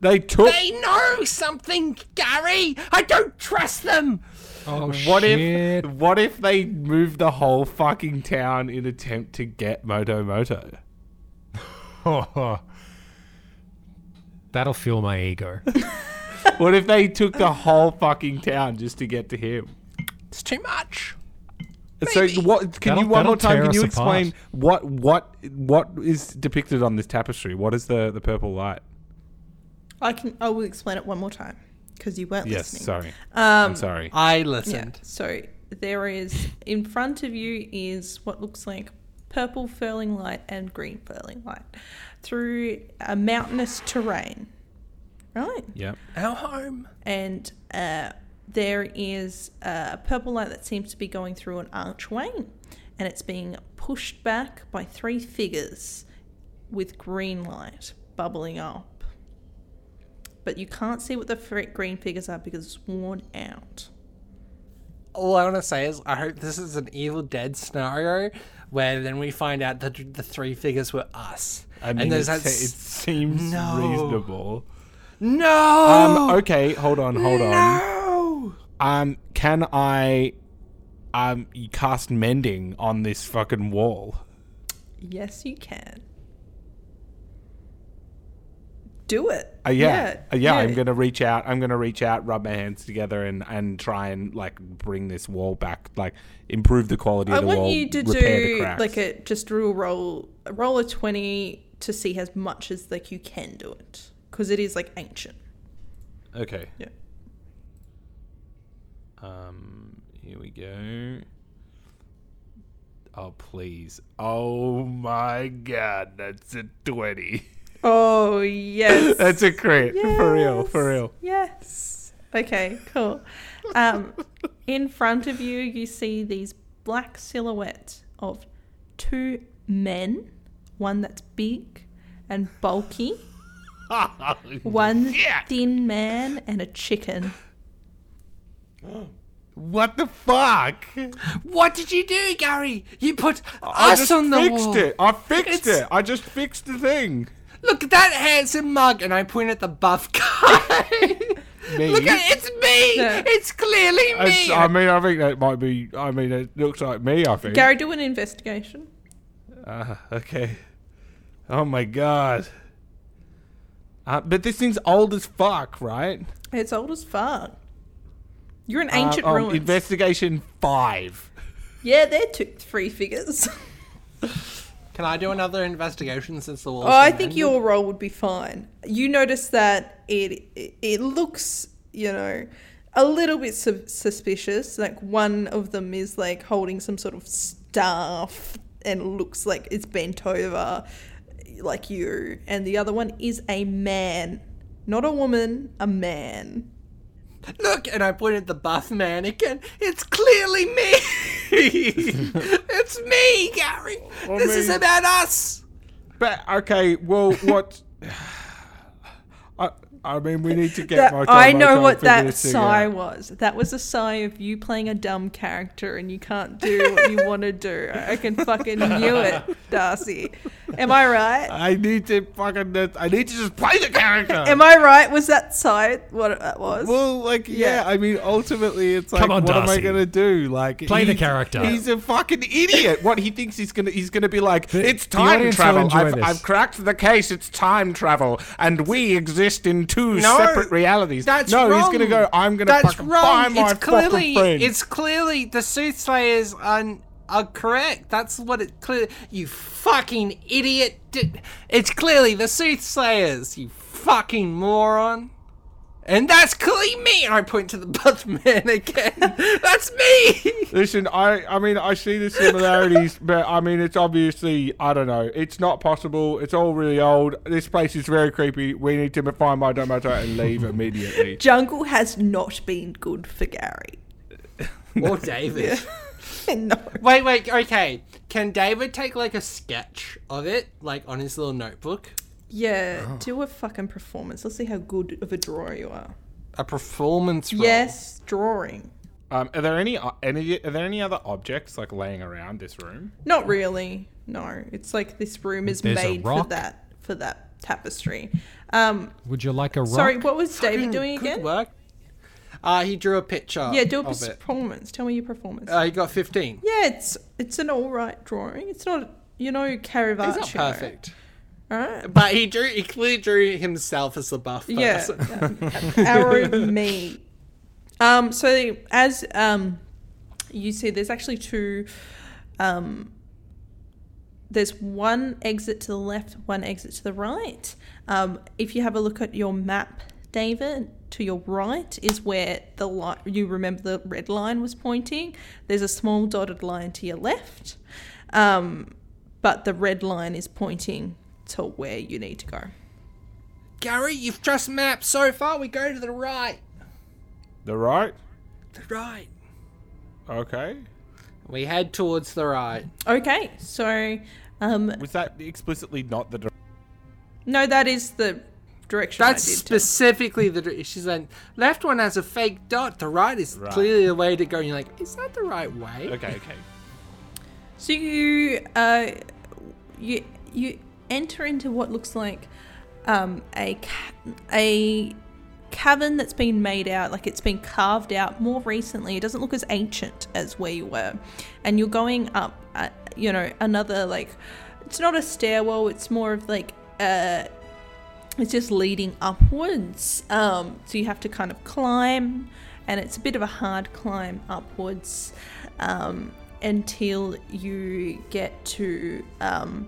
Speaker 4: They took.
Speaker 2: They know something, Gary! I don't trust them!
Speaker 3: Oh
Speaker 4: What
Speaker 3: shit!
Speaker 4: if what if they move the whole fucking town in attempt to get Moto Moto?
Speaker 3: That'll fuel my ego.
Speaker 4: What if they took the whole fucking town just to get to him?
Speaker 5: It's too much.
Speaker 4: So what can
Speaker 3: That'll-
Speaker 4: you one
Speaker 3: that'll
Speaker 4: more time
Speaker 3: tear
Speaker 4: can you
Speaker 3: us
Speaker 4: explain
Speaker 3: apart.
Speaker 4: what what what is depicted on this tapestry? What is the the purple light?
Speaker 1: I can. I will explain it one more time because you weren't
Speaker 4: Yes,
Speaker 1: listening. Um,
Speaker 4: sorry. I'm sorry.
Speaker 2: I
Speaker 1: Yeah.
Speaker 2: listened.
Speaker 1: So there is in front of you is what looks like purple furling light and green furling light through a mountainous terrain, right?
Speaker 4: Yeah.
Speaker 5: Our home.
Speaker 1: And uh, there is a purple light that seems to be going through an archway, and it's being pushed back by three figures with green light bubbling up. But you can't see what the fr- green figures are because it's worn out.
Speaker 2: All I want to say is I hope this is an Evil Dead scenario where then we find out that the three figures were us.
Speaker 4: I mean,
Speaker 2: there's
Speaker 4: it,
Speaker 2: that
Speaker 4: se- it
Speaker 2: s-
Speaker 4: seems
Speaker 2: No.
Speaker 4: reasonable.
Speaker 2: no.
Speaker 4: Um, okay, hold on, hold on.
Speaker 2: No.
Speaker 4: Um, can I um cast mending on this fucking wall?
Speaker 1: Yes, you can. Do it.
Speaker 4: Uh, yeah. Uh, yeah, I'm gonna reach out. I'm gonna reach out, rub my hands together, and and try and like bring this wall back, like improve the quality
Speaker 1: I
Speaker 4: of the
Speaker 1: want
Speaker 4: wall,
Speaker 1: you to
Speaker 4: repair the
Speaker 1: do
Speaker 4: cracks.
Speaker 1: like a just do a roll a roll a twenty to see as much as like you can do it because it is like ancient.
Speaker 4: okay.
Speaker 1: Yeah.
Speaker 4: Um, here we go. Oh please! Oh my god, that's a twenty.
Speaker 1: Oh yes.
Speaker 4: That's a crit for real, for
Speaker 1: Yes.
Speaker 4: real.
Speaker 1: Yes. Okay, cool. Um, in front of you, you see these black silhouettes of two men, one that's big and bulky, one thin man, and a chicken.
Speaker 4: What the fuck?
Speaker 5: What did you do, Gary? You put
Speaker 4: I
Speaker 5: us
Speaker 4: just
Speaker 5: on the
Speaker 4: fixed
Speaker 5: wall.
Speaker 4: it. I fixed
Speaker 5: It's-
Speaker 4: it. I just fixed the thing.
Speaker 5: Look at that handsome mug, and I point at the buff guy.
Speaker 4: Me.
Speaker 5: Look at it's me.
Speaker 1: Yeah.
Speaker 5: It's clearly
Speaker 4: It's- uh,
Speaker 5: me.
Speaker 4: I mean, I think that might be. I mean, it looks like me. I think.
Speaker 1: Gary, do an investigation.
Speaker 4: Ah, okay. Oh my god. Uh, but this thing's old as fuck, right?
Speaker 1: It's old as fuck. You're an
Speaker 4: Uh,
Speaker 1: ancient
Speaker 4: um,
Speaker 1: ruins.
Speaker 4: investigation five.
Speaker 1: yeah, they're two, three figures.
Speaker 2: Can I do another investigation since the wall?
Speaker 1: Oh, I think your role would be fine. You notice that it it, it looks, you know, a little bit su- suspicious. Like one of them is like holding some sort of staff and looks like it's bent over, like you, and the other one is a man, not a woman, a man.
Speaker 2: Look, and I pointed the buff mannequin.
Speaker 5: It's clearly me. it's me, Gary. this is
Speaker 4: Oh, me.
Speaker 5: about us.
Speaker 4: But okay, well, what? I, I mean, we need to get
Speaker 1: That-
Speaker 4: my.
Speaker 1: I know what that sigh was. That was a sigh of you playing a dumb character and you can't do what you want to do. I can fucking knew it, Darcy. Am I right?
Speaker 4: I need to fucking. I need to just play the character.
Speaker 1: Am I right? Was that sigh what that was?
Speaker 4: Well, like,
Speaker 1: Yeah.
Speaker 4: yeah, I mean, ultimately, it's like,
Speaker 3: Come on,
Speaker 4: what am I
Speaker 3: Darcy.
Speaker 4: gonna do? Like,
Speaker 3: Play the
Speaker 4: he's-
Speaker 3: character.
Speaker 4: He's a fucking idiot. what he thinks he's gonna, he's gonna be like,
Speaker 3: The-
Speaker 4: it's
Speaker 3: the
Speaker 4: time
Speaker 3: audience will
Speaker 4: travel.
Speaker 3: enjoy
Speaker 4: I've,
Speaker 3: this."
Speaker 4: I've cracked the case. It's time travel, and we exist in two
Speaker 5: No,
Speaker 4: separate realities.
Speaker 5: that's
Speaker 4: no, he's
Speaker 5: wrong.
Speaker 4: gonna go. I'm gonna
Speaker 5: That's
Speaker 4: fucking buy
Speaker 5: wrong.
Speaker 4: my
Speaker 5: It's clearly,
Speaker 4: fucking friend.
Speaker 5: it's clearly the soothsayers are, are correct. That's what it clear. You fucking idiot! D- It's clearly the soothsayers. You fucking moron. And that's clearly me. And I point to the Buffman again. that's me.
Speaker 4: Listen, I, I mean, I see the similarities, but I mean, it's obviously, I don't know, it's not possible. It's all really old. This place is very creepy. We need to find my tomato and leave immediately.
Speaker 1: Jungle has not been good for Gary.
Speaker 5: or David.
Speaker 1: no.
Speaker 2: Wait, wait, okay. Can David take like a sketch of it, like on his little notebook?
Speaker 1: Yeah,
Speaker 3: Oh.
Speaker 1: do a fucking performance. Let's see how good of a drawer you are.
Speaker 2: A performance role.
Speaker 1: Yes, drawing.
Speaker 4: Um, are there any, any are there any other objects like laying around this room?
Speaker 1: Not really. No, it's like this room is
Speaker 3: There's a
Speaker 1: made for
Speaker 3: rock.
Speaker 1: that for that tapestry. Um,
Speaker 3: Would you like a rock?
Speaker 1: sorry, what was David
Speaker 2: Good-
Speaker 1: doing
Speaker 2: good
Speaker 1: again?
Speaker 2: work. Uh, he drew a picture.
Speaker 1: Yeah, do a
Speaker 2: of it.
Speaker 1: performance. Tell me your performance.
Speaker 2: Uh, he got 15.
Speaker 1: yeah, it's it's an all right drawing. It's not you know Caravaggio.
Speaker 2: He's not perfect.
Speaker 1: All right.
Speaker 2: But he drew. He clearly drew himself as the buff person.
Speaker 1: Yeah. Arrow me. Um, so as um, you see, there's actually two. Um, there's one exit to the left, one exit to the right. Um, if you have a look at your map, David, to your right is where the li- you remember the red line was pointing. There's a small dotted line to your left, um, but the red line is pointing to where you need to go.
Speaker 2: Gary, you've just mapped so far. We go to the right.
Speaker 4: The right?
Speaker 2: The right.
Speaker 4: Okay.
Speaker 2: We head towards the right.
Speaker 1: Okay, so um,
Speaker 4: Was that explicitly not the? dir-
Speaker 1: no, that is the direction.
Speaker 2: That's
Speaker 1: I did tell-
Speaker 2: specifically the. dir- She's like, left one has a fake dot. The right is
Speaker 4: Right.
Speaker 2: clearly the way to go. And you're like, is that the right way?
Speaker 4: Okay. Okay.
Speaker 1: So you uh, you you enter into what looks like um, a ca- a cavern that's been made out, like it's been carved out more recently. It doesn't look as ancient as where you were, and you're going up, uh, you know, another like it's not a stairwell. It's more of like uh, it's just leading upwards. Um, so you have to kind of climb, and it's a bit of a hard climb upwards um, until you get to um,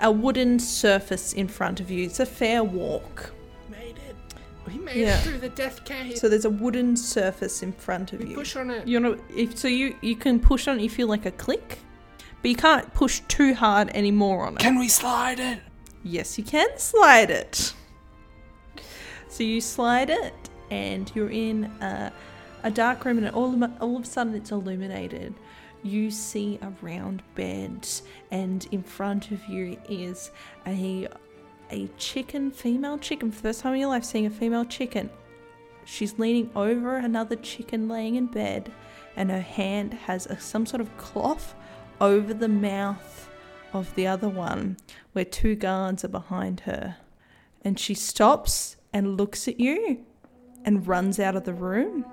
Speaker 1: a wooden surface in front of you. It's a fair walk.
Speaker 2: Made it. We made
Speaker 1: Yeah.
Speaker 2: it through the death cave.
Speaker 1: So there's a wooden surface in front of you.
Speaker 2: Push on it.
Speaker 1: You know, if so, you you can push on it. You feel like a click, but you can't push too hard anymore on it.
Speaker 2: Can we slide it?
Speaker 1: Yes, you can slide it. So you slide it, and you're in a, a dark room, and all of, all of a sudden it's illuminated. You see a round bed, and in front of you is a a chicken, female chicken. First time in your life seeing a female chicken. She's leaning over another chicken laying in bed, and her hand has a, some sort of cloth over the mouth of the other one, where two guards are behind her. And she stops and looks at you and runs out of the room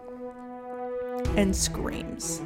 Speaker 1: and screams.